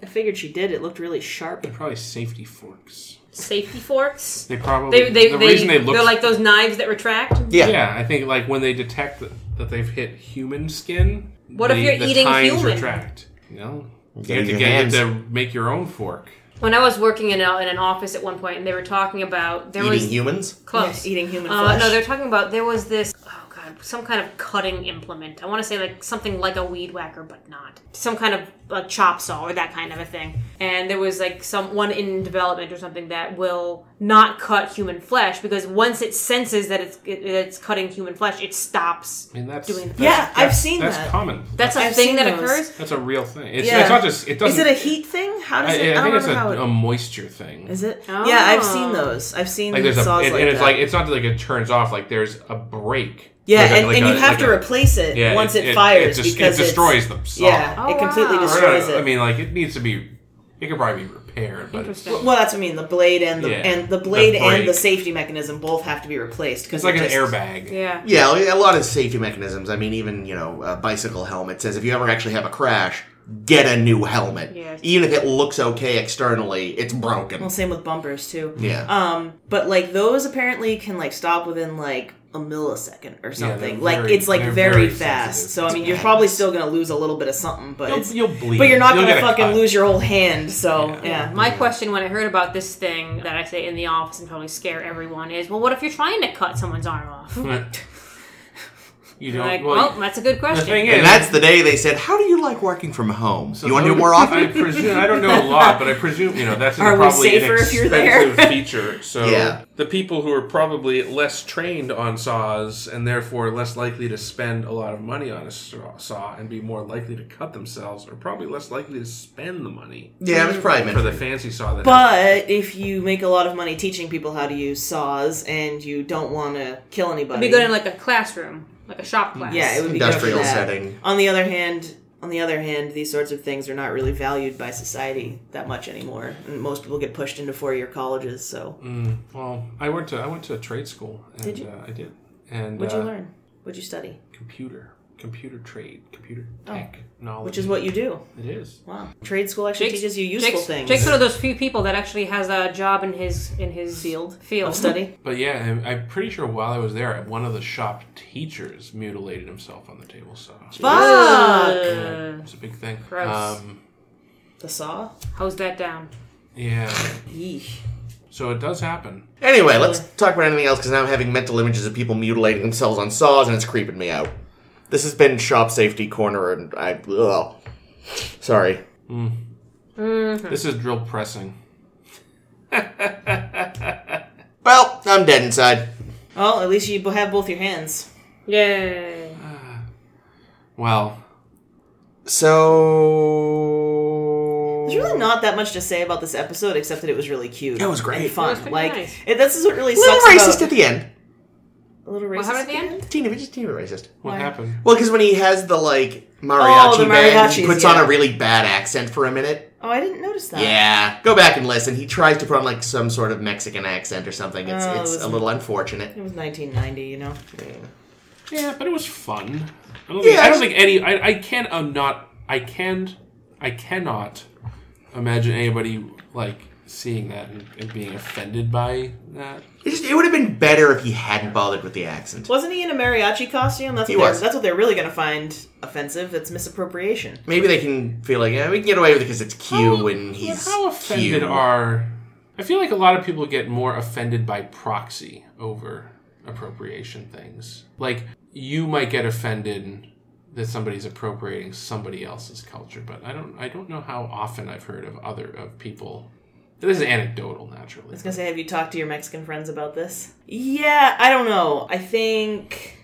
Speaker 3: I figured she did. It looked really sharp.
Speaker 1: They're probably safety forks.
Speaker 4: Safety forks.
Speaker 1: They probably.
Speaker 4: They they
Speaker 1: the
Speaker 4: they,
Speaker 1: reason they
Speaker 4: they
Speaker 1: look.
Speaker 4: are like those knives that retract.
Speaker 2: Yeah.
Speaker 1: yeah, I think like when they detect that, that they've hit human skin.
Speaker 4: What if
Speaker 1: they-
Speaker 4: you're
Speaker 1: the
Speaker 4: eating
Speaker 1: tines
Speaker 4: human?
Speaker 1: retract. You know, you
Speaker 2: Get
Speaker 1: have, to
Speaker 2: your
Speaker 1: get, you have
Speaker 2: hands.
Speaker 1: to make your own fork.
Speaker 4: When I was working in a, in an office at one point, and they were talking about there
Speaker 2: Eating
Speaker 4: was
Speaker 2: humans.
Speaker 4: close
Speaker 3: Yeah, eating human
Speaker 4: Uh,
Speaker 3: flesh.
Speaker 4: no, they're talking about there was this. Oh god, some kind of cutting implement. I want to say like something like a weed whacker, but not some kind of like chop saw or that kind of a thing. And there was like some one in development or something that will not cut human flesh because once it senses that it's it, it's cutting human flesh, it stops.
Speaker 1: I mean, that's.
Speaker 4: Doing-
Speaker 1: that's-
Speaker 3: Yeah, I've
Speaker 1: that's-
Speaker 3: seen
Speaker 1: that's
Speaker 3: that.
Speaker 1: common.
Speaker 4: That's a
Speaker 3: I've seen
Speaker 4: thing that
Speaker 3: those.
Speaker 4: occurs.
Speaker 1: That's a real thing. It's,
Speaker 3: Yeah.
Speaker 1: it's not just. It
Speaker 3: Is
Speaker 1: doesn't.
Speaker 3: it a heat thing? How does
Speaker 1: I,
Speaker 3: it? I,
Speaker 1: I
Speaker 3: don't
Speaker 1: think it's
Speaker 3: remember how
Speaker 1: a, um,
Speaker 3: it
Speaker 1: a moisture thing.
Speaker 3: is it?
Speaker 4: Oh.
Speaker 3: Yeah, I've seen those. I've seen
Speaker 1: like there's a
Speaker 3: saws
Speaker 1: and,
Speaker 3: like
Speaker 1: and it's
Speaker 3: that.
Speaker 1: like it's not like it turns off like there's a break
Speaker 3: yeah,
Speaker 1: Like a-
Speaker 3: and,
Speaker 1: like
Speaker 3: and
Speaker 1: a-
Speaker 3: you have
Speaker 1: like
Speaker 3: to
Speaker 1: a-
Speaker 3: replace it
Speaker 1: yeah,
Speaker 3: once it,
Speaker 1: it
Speaker 3: fires
Speaker 1: it, just,
Speaker 3: because
Speaker 1: it
Speaker 3: it's-
Speaker 1: destroys the saw
Speaker 3: Yeah,
Speaker 4: Oh,
Speaker 3: it completely
Speaker 4: wow.
Speaker 1: Or, uh,
Speaker 3: destroys it.
Speaker 1: I mean like it needs to be It could probably be repaired, but it's,
Speaker 4: Interesting.
Speaker 3: Well, that's what I mean. The blade and the
Speaker 1: Yeah.
Speaker 3: and the blade
Speaker 1: The
Speaker 3: and the
Speaker 1: brake.
Speaker 3: safety mechanism both have to be replaced because
Speaker 1: it's like an airbag.
Speaker 4: yeah.
Speaker 2: Yeah, a lot of safety mechanisms. I mean, even you know, a bicycle helmet says if you ever actually have a crash, get a new helmet.
Speaker 4: Yeah.
Speaker 2: Even if it looks okay externally, it's broken.
Speaker 3: Well, same with bumpers too.
Speaker 2: Yeah.
Speaker 3: Um, but like those apparently can like stop within like a millisecond or something. like
Speaker 1: very-
Speaker 3: it's like
Speaker 1: they're
Speaker 3: very,
Speaker 1: very
Speaker 3: fast.
Speaker 1: sensitive.
Speaker 3: So I mean, you're probably still gonna lose a little bit of something, but
Speaker 1: You'll,
Speaker 3: it's,
Speaker 1: you'll bleed.
Speaker 3: but you're not
Speaker 1: You'll
Speaker 3: gonna
Speaker 1: get a
Speaker 3: fucking
Speaker 1: cut.
Speaker 3: lose your whole hand. So
Speaker 1: Yeah.
Speaker 3: yeah.
Speaker 4: My question when I heard about this thing that I say in the office and probably scare everyone is, well, what if you're trying to cut someone's arm off?
Speaker 1: you
Speaker 4: You're
Speaker 1: don't.
Speaker 4: like,
Speaker 1: well,
Speaker 4: well, that's a good question.
Speaker 1: thing is-
Speaker 2: And that's the day they said, "How do you like working from home?
Speaker 1: So
Speaker 2: you want to
Speaker 1: those-
Speaker 2: do more
Speaker 1: I
Speaker 2: often?"
Speaker 1: presume I don't know a lot, but I presume you know that's
Speaker 3: Are we
Speaker 1: probably
Speaker 3: safer
Speaker 1: an
Speaker 3: if you're there?
Speaker 1: expensive feature. So
Speaker 2: Yeah.
Speaker 1: the people who are probably less trained on saws and therefore less likely to spend a lot of money on a saw saw and be more likely to cut themselves are probably less likely to spend the money
Speaker 2: yeah, it's probably meant
Speaker 1: for the fancy saw. That
Speaker 3: But if you make a lot of money teaching people how to use saws and you don't want to kill anybody,
Speaker 4: It'd be good in like a classroom, like a shop class.
Speaker 3: yeah, it would be
Speaker 2: Industrial
Speaker 3: good for that.
Speaker 2: setting.
Speaker 3: On the other hand, on the other hand, these sorts of things are not really valued by society that much anymore. And most people get pushed into four-year colleges. So,
Speaker 1: Mm. well, I went to I went to trade school. And,
Speaker 3: Did you?
Speaker 1: Uh, I did. And
Speaker 3: what'd you
Speaker 1: uh,
Speaker 3: learn? What'd you study?
Speaker 1: Computer, computer trade, computer
Speaker 3: Oh.
Speaker 1: tech knowledge,
Speaker 3: Which is what you do.
Speaker 1: it is.
Speaker 3: Wow, trade school actually
Speaker 4: Jake's-
Speaker 3: teaches you useful
Speaker 4: Jake's,
Speaker 3: things.
Speaker 4: Jake's one of those few people that actually has a job in his in his
Speaker 3: Field.
Speaker 4: field
Speaker 3: of study.
Speaker 1: But yeah, I'm, I'm pretty sure while I was there, one of the shop teachers mutilated himself on the table saw.
Speaker 3: Fuck
Speaker 1: Yeah, it's a big thing.
Speaker 4: Gross.
Speaker 1: Um,
Speaker 3: the saw.
Speaker 4: How's that down?
Speaker 1: yeah.
Speaker 3: Yeesh.
Speaker 1: So it does happen.
Speaker 2: Anyway, let's talk about anything else because now I'm having mental images of people mutilating themselves on saws and it's creeping me out. This has been Shop Safety Corner and I. Ugh. Sorry.
Speaker 4: Mm-hmm.
Speaker 1: This is drill pressing.
Speaker 2: Well, I'm dead inside.
Speaker 3: Well, at least you bo- have both your hands.
Speaker 4: Yay!
Speaker 1: Well,
Speaker 2: So.
Speaker 3: There's really not that much to say about this episode except that it was really cute.
Speaker 2: It Oh. was great.
Speaker 3: and
Speaker 4: It was
Speaker 3: fun.
Speaker 4: pretty
Speaker 3: like
Speaker 4: nice.
Speaker 3: it, this is what really
Speaker 2: A little
Speaker 3: sucks
Speaker 2: racist
Speaker 3: about
Speaker 2: at the end.
Speaker 3: a little racist.
Speaker 4: What happened at the
Speaker 3: again?
Speaker 4: end?
Speaker 2: Teeny bit, just teeny bit racist.
Speaker 1: what
Speaker 3: Why?
Speaker 1: happened?
Speaker 2: Well, because when he has the like mariachi,
Speaker 3: Oh, the
Speaker 2: band, he
Speaker 3: mariachis,
Speaker 2: puts
Speaker 3: yeah.
Speaker 2: on a really bad accent for a minute.
Speaker 3: Oh, I didn't notice that.
Speaker 2: Yeah, go back and listen. He tries to put on like some sort of Mexican accent or something. It's
Speaker 3: Oh, it
Speaker 2: it's
Speaker 3: was-
Speaker 2: a little unfortunate.
Speaker 3: It was 1990, you know.
Speaker 1: Yeah, but it was fun. I don't think,
Speaker 2: Yeah,
Speaker 1: I don't
Speaker 2: I-
Speaker 1: think any. I, I can't. I'm not. I can. I cannot imagine anybody like seeing that and, and being offended by that.
Speaker 2: It, just, it would have been better if he hadn't bothered with the accent.
Speaker 3: Wasn't he in a mariachi costume? That's
Speaker 2: He
Speaker 3: what they're-
Speaker 2: was.
Speaker 3: That's what they're really going to find offensive. It's misappropriation.
Speaker 2: Maybe they can feel like yeah, we can get away with it because it's Q
Speaker 3: Oh,
Speaker 1: How-
Speaker 2: and he's
Speaker 1: how offended
Speaker 2: Q.
Speaker 1: are i feel like a lot of people get more offended by proxy over appropriation things like you might get offended that somebody's appropriating somebody else's culture but i don't i don't know how often i've heard of other of people this is anecdotal naturally
Speaker 3: I was gonna say, have you talked to your Mexican friends about this? Yeah, I don't know. I think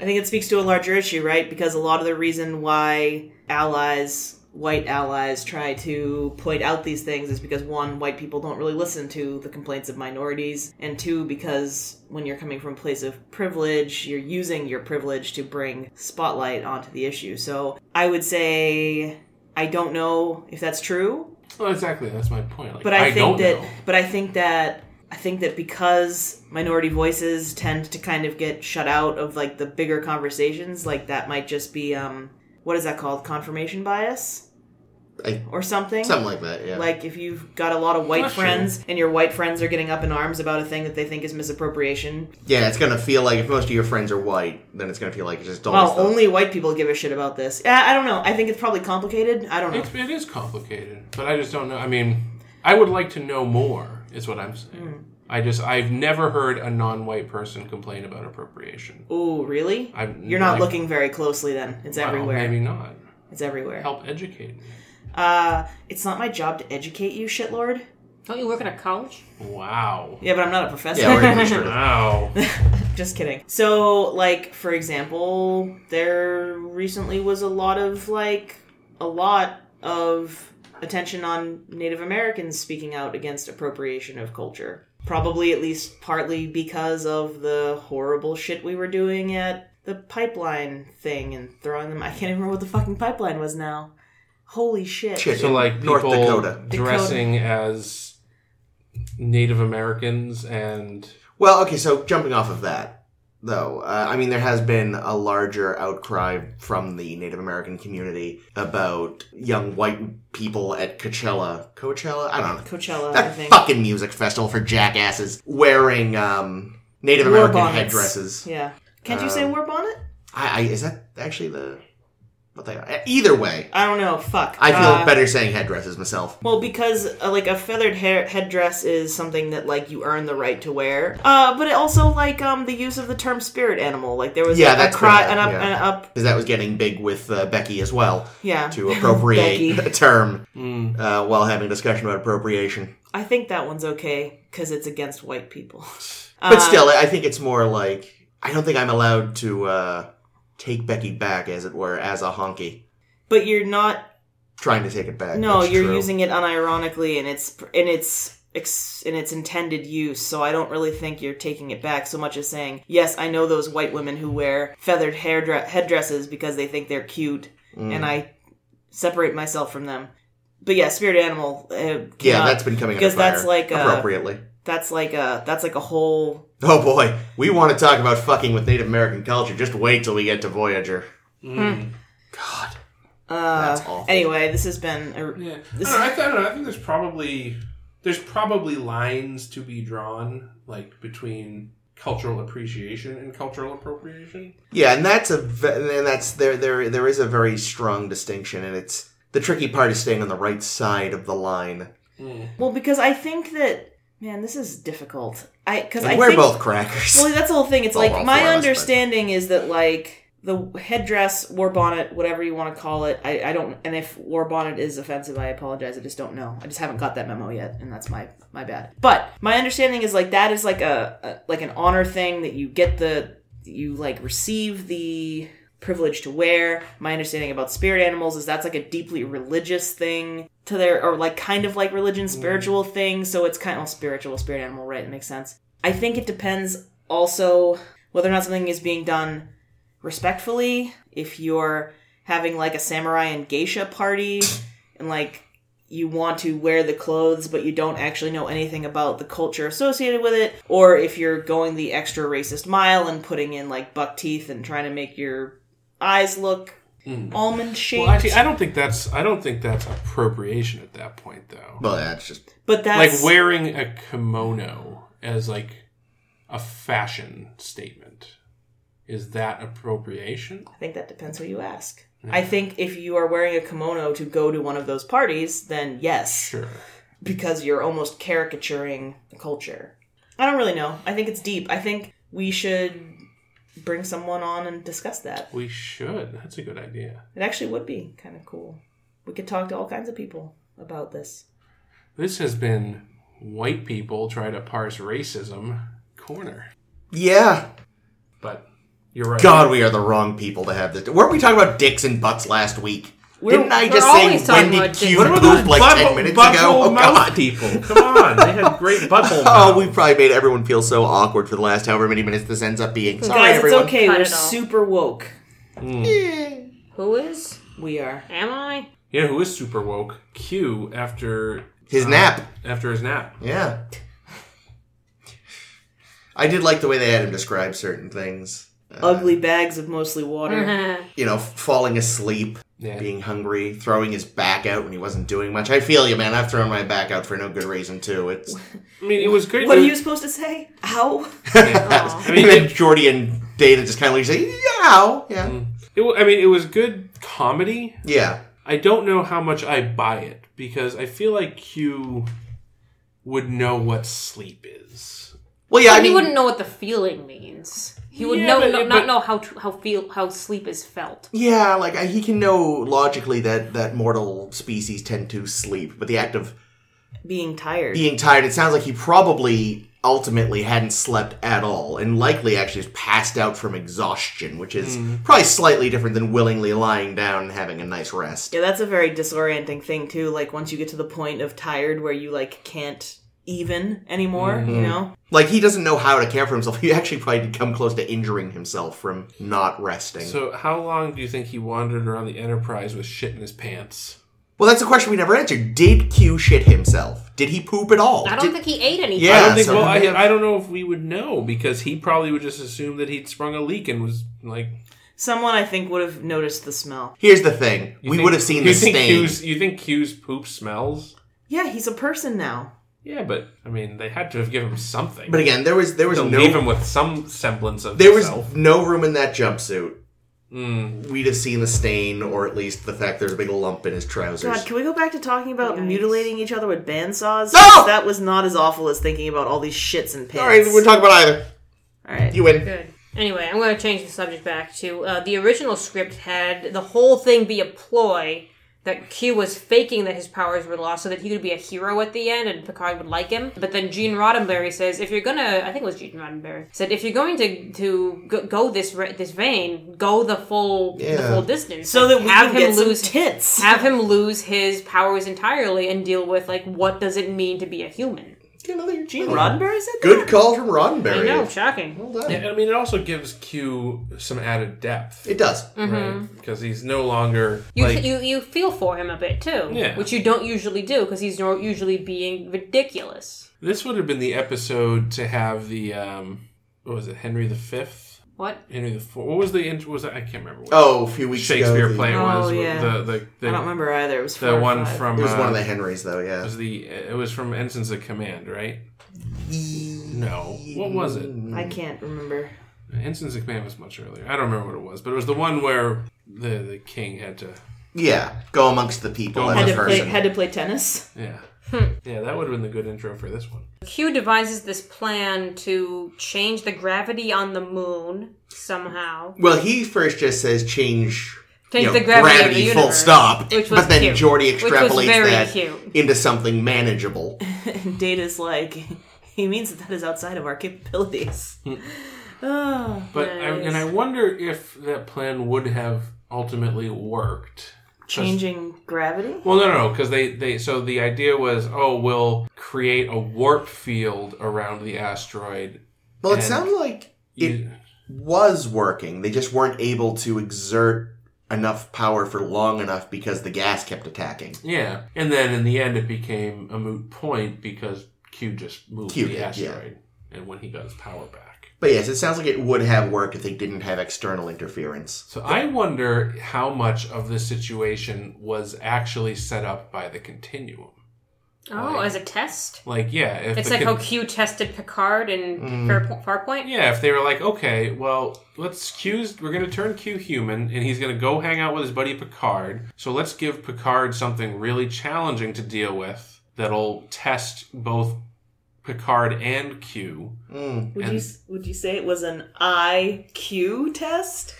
Speaker 3: I think it speaks to a larger issue, right? Because a lot of the reason why allies, white allies, try to point out these things is because one, white people don't really listen to the complaints of minorities, and two, because when you're coming from a place of privilege, you're using your privilege to bring spotlight onto the issue. So I would say I don't know if that's true,
Speaker 1: well, exactly that's my point like,
Speaker 3: but I,
Speaker 1: don't
Speaker 3: think that
Speaker 1: know.
Speaker 3: but I think that I think that because minority voices tend to kind of get shut out of like the bigger conversations, like that might just be um what is that called? Confirmation bias
Speaker 2: I-
Speaker 3: or something?
Speaker 2: something like that. Yeah,
Speaker 3: Like if you've got a lot of white
Speaker 1: Not sure.
Speaker 3: friends and your white friends are getting up in arms about a thing that they think is misappropriation,
Speaker 2: yeah, it's gonna feel like if most of your friends are white, then it's gonna feel like it's just always
Speaker 3: well,
Speaker 2: the-
Speaker 3: only white people give a shit about this. Yeah, I don't know. I think it's probably complicated. I don't know.
Speaker 1: it's, it is complicated but i just don't know i mean i would like to know more is what i'm saying
Speaker 3: Mm.
Speaker 1: i just i've never heard a non-white person complain about appropriation
Speaker 3: Oh, really?
Speaker 1: I've-
Speaker 3: You're not
Speaker 1: I've-
Speaker 3: looking very closely then. It's
Speaker 1: Well,
Speaker 3: everywhere.
Speaker 1: maybe not.
Speaker 3: It's everywhere.
Speaker 1: Help educate. me.
Speaker 3: Uh, it's not my job to educate you, shitlord.
Speaker 4: Don't you work in a college?
Speaker 1: Wow.
Speaker 3: Yeah, but I'm not a professor.
Speaker 2: yeah, we're administrative.
Speaker 1: Wow.
Speaker 3: Just kidding. So, like, for example, there recently was a lot of, like, a lot of attention on Native Americans speaking out against appropriation of culture. Probably at least partly because of the horrible shit we were doing at the pipeline thing and throwing them. I can't even remember what the fucking pipeline was now. Holy shit.
Speaker 2: Chicken.
Speaker 1: So like people
Speaker 2: North Dakota.
Speaker 1: dressing as Native Americans and
Speaker 2: Well, okay, so jumping off of that, though, uh, I mean, there has been a larger outcry from the Native American community about young white people at Coachella. Coachella? I don't know.
Speaker 3: Coachella, I
Speaker 2: That
Speaker 3: think.
Speaker 2: fucking music festival for jackasses wearing um, Native
Speaker 3: War
Speaker 2: American
Speaker 3: bonnets.
Speaker 2: headdresses.
Speaker 3: Yeah. Can't you say
Speaker 2: Um,
Speaker 3: war bonnet?
Speaker 2: I, I, is that actually the. What they are? E, Either way,
Speaker 3: I don't know. Fuck.
Speaker 2: I feel
Speaker 3: Uh,
Speaker 2: better saying headdresses myself.
Speaker 3: Well, because uh, like a feathered hair- headdress is something that like you earn the right to wear, uh, but it also like um the use of the term spirit animal. Like there was
Speaker 2: Yeah,
Speaker 3: a,
Speaker 2: that's
Speaker 3: a cry
Speaker 2: been
Speaker 3: an
Speaker 2: up,
Speaker 3: up
Speaker 2: yeah.
Speaker 3: an up
Speaker 2: Because that was getting big with uh, Becky as well,
Speaker 3: yeah.
Speaker 2: to appropriate
Speaker 3: Becky.
Speaker 2: a term
Speaker 1: Mm.
Speaker 2: uh, while having discussion about appropriation.
Speaker 3: I think that one's okay because it's against white people. Um,
Speaker 2: But still, I think it's more like I don't think I'm allowed to uh, take Becky back, as it were, as a honky
Speaker 3: But you're not.
Speaker 2: trying to take it back.
Speaker 3: No,
Speaker 2: That's
Speaker 3: you're
Speaker 2: true.
Speaker 3: using it unironically, and it's and it's. ex- In its intended use, so I don't really think you're taking it back so much as saying, Yes, I know those white women who wear feathered hairdre- headdresses because they think they're cute,
Speaker 2: Mm.
Speaker 3: and I separate myself from them. But yeah, spirit animal. Uh,
Speaker 2: yeah,
Speaker 3: cannot-
Speaker 2: that's been coming
Speaker 3: because
Speaker 2: under fire
Speaker 3: that's like uh, a-
Speaker 2: appropriately.
Speaker 3: that's like a that's like a whole.
Speaker 2: Oh boy, we want to talk about fucking with Native American culture. Just wait till we get to Voyager.
Speaker 1: Mm.
Speaker 2: God,
Speaker 3: Uh,
Speaker 2: That's awful.
Speaker 3: Anyway, this has been a,
Speaker 1: Yeah, I
Speaker 3: This-
Speaker 1: don't, know, I, th- I don't know. I think there's probably there's probably lines to be drawn, like between cultural appreciation and cultural appropriation.
Speaker 2: yeah, and that's a ve- and that's there there there is a very strong distinction, and it's the tricky part is staying on the right side of the line.
Speaker 1: Mm.
Speaker 3: well because I think that man, this is difficult. I because
Speaker 2: And
Speaker 3: I
Speaker 2: we're
Speaker 3: think,
Speaker 2: both crackers.
Speaker 3: Well, that's the whole thing. It's
Speaker 2: Well,
Speaker 3: like
Speaker 2: well,
Speaker 3: my
Speaker 2: for us, but-
Speaker 3: understanding is that like the headdress, war bonnet, whatever you want to call it. I, I don't. And if war bonnet is offensive, I apologize. I just don't know. I just haven't got that memo yet, and that's my my bad. But my understanding is like that is like a, a like an honor thing that you get the you like receive the privilege to wear. My understanding about spirit animals is that's like a deeply religious thing to their or like kind of like religion spiritual thing. So it's kind of well, spiritual spirit animal, right? It makes sense. I think it depends also whether or not something is being done respectfully. If you're having like a samurai and geisha party and like you want to wear the clothes but you don't actually know anything about the culture associated with it or if you're going the extra racist mile and putting in like buck teeth and trying to make your eyes look almond shaped
Speaker 1: Hmm. Well, actually, I don't think that's I don't think that's appropriation at that point, though.
Speaker 2: well, that's just
Speaker 3: but that's
Speaker 1: Like wearing a kimono as like a fashion statement is that appropriation?
Speaker 3: I think that depends who you ask.
Speaker 1: Hmm.
Speaker 3: I think if you are wearing a kimono to go to one of those parties, then yes,
Speaker 1: Sure.
Speaker 3: because you're almost caricaturing the culture. I don't really know. I think it's deep. I think we should bring someone on and discuss that.
Speaker 1: We should. That's a good idea.
Speaker 3: It actually would be kind of cool. We could talk to all kinds of people about this.
Speaker 1: This has been white people try to parse racism corner,
Speaker 2: yeah.
Speaker 1: but you're right.
Speaker 2: God, we are the wrong people to have this. Weren't we talking about dicks and butts last week?
Speaker 3: We're-
Speaker 2: Didn't I
Speaker 4: we're
Speaker 2: just
Speaker 4: always
Speaker 2: say
Speaker 4: talking
Speaker 2: when did
Speaker 4: about dicks.
Speaker 2: Q
Speaker 1: What
Speaker 4: What
Speaker 1: were
Speaker 2: poop
Speaker 1: those
Speaker 2: like ten minutes ago? Oh
Speaker 1: mouth
Speaker 2: god.
Speaker 1: people? Come on, they had great butthole.
Speaker 2: Oh,
Speaker 1: mouth.
Speaker 2: we probably made everyone feel so awkward for the last however many minutes this ends up being. Sorry,
Speaker 3: Guys,
Speaker 2: everyone.
Speaker 3: it's okay.
Speaker 4: Not
Speaker 3: We're
Speaker 4: at all.
Speaker 3: super woke.
Speaker 4: Who is?
Speaker 3: We are.
Speaker 4: Am I?
Speaker 1: You know who is super woke? Q after uh,
Speaker 2: His
Speaker 4: Uh-huh.
Speaker 2: nap.
Speaker 1: after his nap.
Speaker 2: Yeah. I did like the way they had him describe certain things. Uh,
Speaker 3: Ugly bags of mostly water.
Speaker 2: You know, f- falling asleep,
Speaker 1: Yeah.
Speaker 2: being hungry, throwing his back out when he wasn't doing much. I feel you, man. I've thrown my back out for no good reason too. It's
Speaker 1: I mean, it was great.
Speaker 3: what are you supposed to say? Ow.
Speaker 1: I mean,
Speaker 2: and then
Speaker 1: it-
Speaker 2: Jordy and Data just kind of like say, "Yeah, yeah,
Speaker 1: it wa- I mean, it was good comedy.
Speaker 2: yeah."
Speaker 1: I don't know how much I buy it because I feel like Q would know what sleep is.
Speaker 2: Well, yeah. I
Speaker 4: he
Speaker 2: mean,
Speaker 4: wouldn't know what the feeling means. He would
Speaker 1: Yeah,
Speaker 4: know,
Speaker 1: but-
Speaker 4: no-
Speaker 1: but-
Speaker 4: not know how to, how feel how sleep is felt.
Speaker 2: Yeah, like I, he can know logically that that mortal species tend to sleep, but the act of
Speaker 3: Being tired.
Speaker 2: being tired, it sounds like he probably ultimately hadn't slept at all, and likely actually just passed out from exhaustion, which is probably slightly different than willingly lying down and having a nice rest.
Speaker 3: Yeah, that's a very disorienting thing too. Like once you get to the point of tired where you like can't even anymore,
Speaker 2: Mm-hmm.
Speaker 3: you know?
Speaker 2: Like he doesn't know how to care for himself. He actually probably did come close to injuring himself from not resting.
Speaker 1: So, how long do you think he wandered around the Enterprise with shit in his pants?
Speaker 2: Well, that's a question we never answered. Did Q shit himself? Did he poop at all?
Speaker 4: I don't
Speaker 2: Did-
Speaker 4: think he ate anything.
Speaker 1: I
Speaker 2: Yeah.
Speaker 1: don't think.
Speaker 2: so
Speaker 1: well,
Speaker 2: maybe-
Speaker 1: I, I don't know if we would know because he probably would just assume that he'd sprung a leak and was like.
Speaker 3: Someone I think would have noticed the smell.
Speaker 2: Here's the thing.
Speaker 1: you
Speaker 2: we
Speaker 1: think-
Speaker 2: would have seen
Speaker 1: you
Speaker 2: the
Speaker 1: think
Speaker 2: stain.
Speaker 1: Q's, you think Q's poop smells?
Speaker 3: Yeah, he's a person now.
Speaker 1: Yeah, but I mean, they had to have given him something.
Speaker 2: But again, there was there was
Speaker 1: to
Speaker 2: no
Speaker 1: leave him with some semblance of
Speaker 2: there was
Speaker 1: himself.
Speaker 2: no room in that jumpsuit.
Speaker 1: Mm.
Speaker 2: We'd have seen the stain, or at least the fact there's a big lump in his trousers.
Speaker 3: God, can we go back to talking about
Speaker 4: Yikes.
Speaker 3: mutilating each other with bandsaws?
Speaker 2: No!
Speaker 3: That was not as awful as thinking about all these shits and pins.
Speaker 2: All right, we're talking about either.
Speaker 3: All right.
Speaker 2: You win.
Speaker 4: Good. Anyway, I'm going to change the subject back to uh, the original script had the whole thing be a ploy that Q was faking that his powers were lost so that he could be a hero at the end and Picard would like him. But then Gene Roddenberry says, if you're going to, I think it was Gene Roddenberry, said, if you're going to to go, go this re- this vein, go the full the
Speaker 2: Yeah.
Speaker 4: full distance.
Speaker 3: So that we
Speaker 4: have
Speaker 3: can
Speaker 4: him
Speaker 3: get
Speaker 4: lose
Speaker 3: some tits.
Speaker 4: have him lose his powers entirely and deal with like what does it mean to be a human?
Speaker 2: Get another
Speaker 3: Gene
Speaker 2: oh.
Speaker 3: Roddenberry said that?
Speaker 2: Good call from
Speaker 4: I
Speaker 2: Roddenberry.
Speaker 4: know, shocking.
Speaker 2: Well done.
Speaker 1: Yeah, I mean, it also gives Q some added depth,
Speaker 2: It does.
Speaker 3: Mm.
Speaker 1: right?
Speaker 3: Mm-hmm.
Speaker 1: Because he's no longer
Speaker 4: You,
Speaker 1: like
Speaker 4: you you feel for him a bit too,
Speaker 1: Yeah.
Speaker 4: which you don't usually do because he's nor- usually being ridiculous.
Speaker 1: this would have been the episode to have the um, what was it, Henry the Fifth,
Speaker 4: What?
Speaker 1: Henry the Fourth? What was the int- was that? I can't remember. What
Speaker 2: Oh, a few weeks ago.
Speaker 1: Shakespeare
Speaker 2: the-
Speaker 1: play
Speaker 3: Oh,
Speaker 1: was
Speaker 3: yeah.
Speaker 1: the the, the
Speaker 3: I don't remember either. It was four
Speaker 1: the
Speaker 3: or
Speaker 1: one
Speaker 3: five.
Speaker 1: from
Speaker 2: It was
Speaker 1: uh,
Speaker 2: one of the Henrys, though.
Speaker 1: it
Speaker 2: Yeah.
Speaker 1: was the it was from Ensigns of Command, right? No, what was it?
Speaker 3: I can't remember.
Speaker 1: Ensigns of Command was much earlier. I don't remember what it was, but it was the one where the the king had to
Speaker 2: Yeah. Go amongst the people
Speaker 1: Go
Speaker 2: as
Speaker 3: Had
Speaker 2: a
Speaker 3: to, play,
Speaker 2: person.
Speaker 3: had to play tennis.
Speaker 1: yeah
Speaker 3: Hmm.
Speaker 1: yeah that would have been the good intro for this one.
Speaker 4: Q devises this plan to change the gravity on the moon somehow.
Speaker 2: Well, he first just says change.
Speaker 4: Change
Speaker 2: you know,
Speaker 4: the gravity, of the
Speaker 2: full
Speaker 4: universe,
Speaker 2: stop.
Speaker 4: Which was
Speaker 2: but then
Speaker 4: cute.
Speaker 2: Jordy
Speaker 4: Which was
Speaker 2: extrapolates
Speaker 4: very
Speaker 2: that
Speaker 4: cute.
Speaker 2: into something manageable.
Speaker 3: And Data's like, he means that that is outside of our capabilities. oh.
Speaker 1: But I,
Speaker 4: Nice.
Speaker 1: and I wonder if that plan would have ultimately worked.
Speaker 3: Changing gravity?
Speaker 1: Well, no, no, because they they so the idea was oh we'll create a warp field around the asteroid.
Speaker 2: Well, it
Speaker 1: And-
Speaker 2: sounds like it
Speaker 1: You-
Speaker 2: was working. They just weren't able to exert enough power for long enough because the gas kept attacking.
Speaker 1: yeah, and then in the end it became a moot point because Q just moved
Speaker 2: Q did,
Speaker 1: the
Speaker 2: yeah.
Speaker 1: asteroid, and when he got his power back.
Speaker 2: But yes, it sounds like it would have worked if they didn't have external interference.
Speaker 1: So I wonder how much of this situation was actually set up by the continuum.
Speaker 4: Oh, as a test.
Speaker 1: Like, yeah, if Mm.
Speaker 4: It's
Speaker 1: the
Speaker 4: like
Speaker 1: con-
Speaker 4: how Q tested Picard and Farpo- Farpoint.
Speaker 1: Yeah, if they were like, okay, well, let's Q's we're gonna turn Q human and he's gonna go hang out with his buddy Picard. So let's give Picard something really challenging to deal with that'll test both Picard and Q.
Speaker 2: Mm.
Speaker 3: Would
Speaker 1: And-
Speaker 3: you would you say it was an IQ test?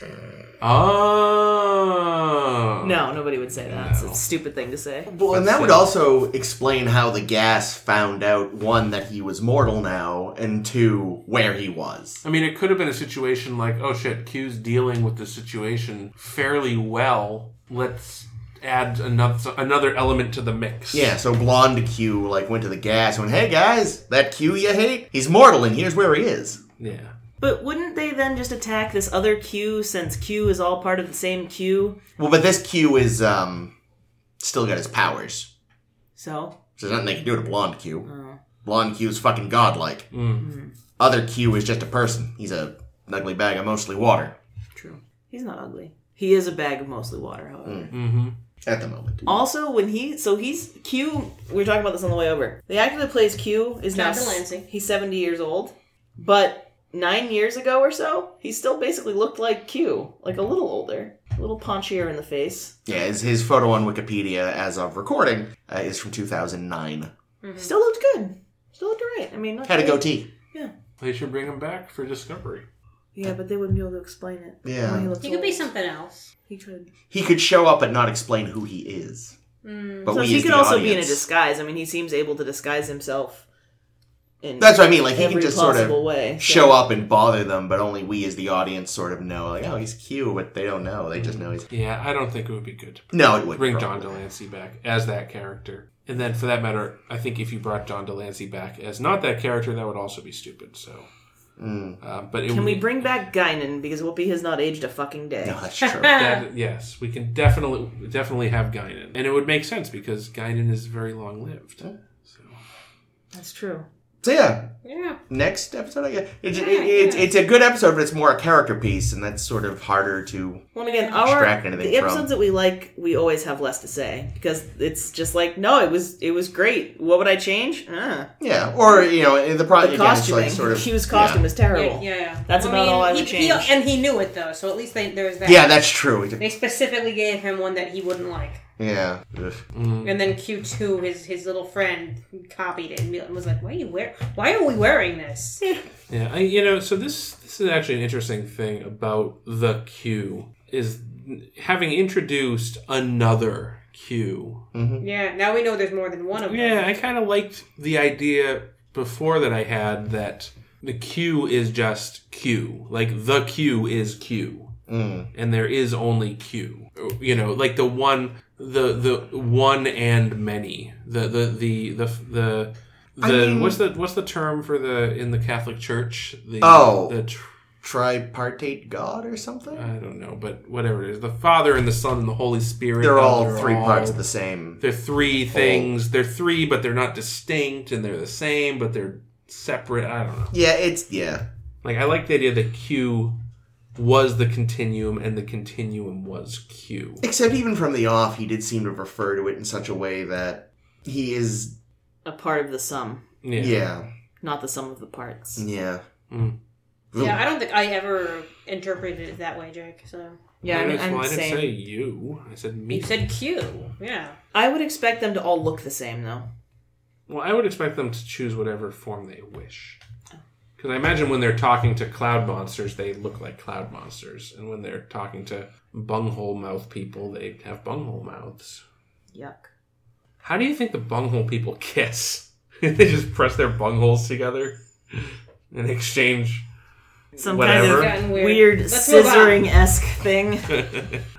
Speaker 1: Oh
Speaker 3: No, nobody would say that. It's
Speaker 1: No.
Speaker 3: a stupid thing to say.
Speaker 2: Well, and that would
Speaker 1: so-
Speaker 2: also explain how the gas found out one that he was mortal now, and two where he was.
Speaker 1: I mean, it could have been a situation like, oh shit, Q's dealing with the situation fairly well. Let's add another another element to the mix.
Speaker 2: Yeah, so blonde Q like went to the gas and went, "Hey guys, that Q you hate, he's mortal, and here's where he is."
Speaker 1: yeah.
Speaker 3: But wouldn't they then just attack this other Q since Q is all part of the same Q?
Speaker 2: Well, but this Q is um still got his powers.
Speaker 3: So
Speaker 2: So there's nothing they can do to blonde
Speaker 3: Oh.
Speaker 2: Q. Blonde Q is fucking godlike.
Speaker 3: Mm-hmm.
Speaker 2: Other Q is just a person. He's a an ugly bag of mostly water
Speaker 3: true. He's not ugly. He is a bag of mostly water, however.
Speaker 1: Mm.
Speaker 2: Mm.
Speaker 1: Mm-hmm.
Speaker 2: at the moment.
Speaker 3: Also, when he so he's Q. We were talking about this on the way over. The actor that plays Q is now
Speaker 4: John
Speaker 3: s-
Speaker 4: Delancey.
Speaker 3: he's seventy years old, but nine years ago or so, he still basically looked like Q, like a little older, a little punchier in the face.
Speaker 2: Yeah, his, his photo on Wikipedia as of recording uh, is from 2009.
Speaker 3: Still looked good. Still looked alright. I mean, not
Speaker 2: Had a
Speaker 3: great.
Speaker 2: goatee.
Speaker 3: Yeah,
Speaker 1: They should bring him back for Discovery.
Speaker 3: yeah, but they wouldn't be able to explain it.
Speaker 2: Yeah.
Speaker 3: Why he, looked
Speaker 4: He could be
Speaker 3: old.
Speaker 4: something else.
Speaker 3: He could.
Speaker 2: He could show up and not explain who he is. But
Speaker 3: So
Speaker 2: we
Speaker 3: he
Speaker 2: as
Speaker 3: could
Speaker 2: the
Speaker 3: also be in a
Speaker 2: audience-
Speaker 3: disguise. I mean, he seems able to disguise himself. In
Speaker 2: That's what I mean. Like he
Speaker 3: every
Speaker 2: can just sort
Speaker 3: possible
Speaker 2: of
Speaker 3: way.
Speaker 2: show up and bother them, but only we as the audience sort of know. Like, oh, he's Q, but they don't know. They just know he's.
Speaker 1: Yeah, I don't think it would be good to
Speaker 2: No, it would
Speaker 1: bring John Delancey back as that character. And then, for that matter, I think if you brought John Delancey back as not that character, that would also be stupid. So Uh, but it
Speaker 3: Can
Speaker 1: would-
Speaker 3: we bring back Guinan because Whoopi has not aged a fucking day?
Speaker 2: No, that's true.
Speaker 1: that- yes, we can definitely definitely have Guinan, and it would make sense because Guinan is very long lived. So
Speaker 3: That's true.
Speaker 2: so yeah,
Speaker 4: Yeah.
Speaker 2: next episode, I guess it's, it,
Speaker 4: Yeah,
Speaker 2: it's
Speaker 4: yeah.
Speaker 2: it's a good episode, but it's more a character piece, and that's sort of harder to.
Speaker 3: Well, and again, our
Speaker 2: Extract anything
Speaker 3: the episodes
Speaker 2: from.
Speaker 3: that we like, we always have less to say because it's just like, no, it was it was great. What would I change? Uh,
Speaker 2: Yeah, or you know the problem
Speaker 3: the
Speaker 2: again, it's
Speaker 3: costuming.
Speaker 2: like sort of
Speaker 3: Hugh's costume
Speaker 2: yeah.
Speaker 3: is terrible.
Speaker 4: Yeah, yeah.
Speaker 3: That's about all I would
Speaker 4: he, he-
Speaker 3: change.
Speaker 4: and he knew it though, so at least they, there was that.
Speaker 2: Yeah, that's true. He did-
Speaker 4: They specifically gave him one that he wouldn't like,
Speaker 2: Yeah, Ugh.
Speaker 4: and then Q two, his his little friend, copied it and was like, "Why are you wear? Why are we wearing this?"
Speaker 1: yeah, I, you know, so this this is actually an interesting thing about the Q is having introduced another Q
Speaker 4: yeah. Now we know there's more than one of them.
Speaker 1: Yeah, I kind of liked the idea before that I had that the Q is just Q. Like, the Q is Q. Mm. And there is only Q. You know, like the one, the the one and many. The the the the the. the
Speaker 2: mean-
Speaker 1: what's the what's the term for the in the Catholic Church? The,
Speaker 2: Oh.
Speaker 1: the tr-
Speaker 2: tripartite god or something.
Speaker 1: I don't know, but whatever it is, the Father and the Son and the Holy Spirit. Oh,
Speaker 2: They're
Speaker 1: how
Speaker 2: all three
Speaker 1: all-
Speaker 2: parts of the same.
Speaker 1: they're three things. They're three, but they're not distinct, and they're the same, but they're separate. I don't know.
Speaker 2: Yeah, it's yeah.
Speaker 1: Like I like the idea that Q was the continuum, and the continuum was Q.
Speaker 2: Except even from the off, he did seem to refer to it in such a way that he is
Speaker 3: A part of the sum,
Speaker 1: Yeah.
Speaker 2: yeah
Speaker 3: not the sum of the parts.
Speaker 2: yeah.
Speaker 1: Mm.
Speaker 4: Yeah, I don't think I ever interpreted it that way, Jake. So
Speaker 3: Yeah, I'm,
Speaker 1: Notice,
Speaker 3: I'm
Speaker 1: well, I didn't
Speaker 3: saying
Speaker 1: say you. I said me.
Speaker 4: you said Q. Yeah.
Speaker 3: I would expect them to all look the same though.
Speaker 1: well, I would expect them to choose whatever form they wish. Because I imagine when they're talking to cloud monsters, they look like cloud monsters, and when they're talking to bunghole mouth people, they have bunghole mouths.
Speaker 3: Yuck.
Speaker 1: How do you think the bunghole people kiss? they just press their bungholes together and exchange.
Speaker 3: Some
Speaker 1: Whatever.
Speaker 3: kind
Speaker 4: Gotten
Speaker 3: of
Speaker 4: weird.
Speaker 3: weird
Speaker 4: Let's move on.
Speaker 3: scissoring esque thing.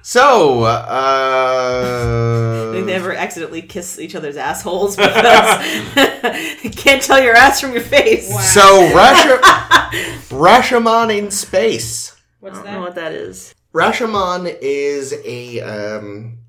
Speaker 2: So uh,
Speaker 3: They never accidentally kiss each other's assholes because you can't tell your ass from your face.
Speaker 4: Wow.
Speaker 2: So Rasha Rashomon in space.
Speaker 4: What's
Speaker 3: I don't know
Speaker 2: Uh-uh.
Speaker 4: that?
Speaker 3: what that is.
Speaker 2: Rashomon is a um,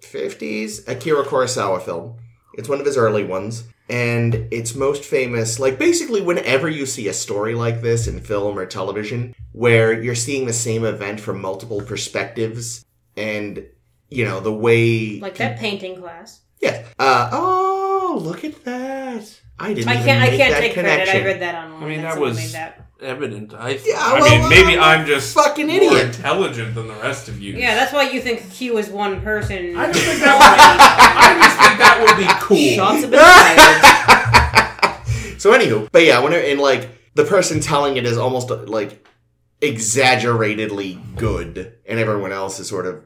Speaker 2: 50s Akira Kurosawa film. It's one of his early ones. And it's most famous, like basically, whenever you see a story like this in film or television, where you're seeing the same event from multiple perspectives, and you know, the way.
Speaker 4: Like that painting class.
Speaker 2: Yeah. Uh, oh, look at that. I didn't
Speaker 4: I
Speaker 2: even
Speaker 4: can't. I
Speaker 2: make
Speaker 4: can't
Speaker 2: that
Speaker 4: take
Speaker 2: connection.
Speaker 4: credit. I read that online.
Speaker 1: I mean, that
Speaker 4: someone
Speaker 1: was-
Speaker 4: made that.
Speaker 1: Evident. I,
Speaker 2: Yeah,
Speaker 1: I
Speaker 2: well,
Speaker 1: mean, maybe
Speaker 2: I'm
Speaker 1: I'm just
Speaker 2: fucking
Speaker 1: more
Speaker 2: idiot.
Speaker 1: intelligent than the rest of you.
Speaker 4: Yeah, that's why you think Q is one person.
Speaker 1: I just think that would, I just think that would be cool.
Speaker 3: Shots have been fired.
Speaker 2: So anywho, but yeah, when it, and like the person telling it is almost like exaggeratedly good, and everyone else is sort of,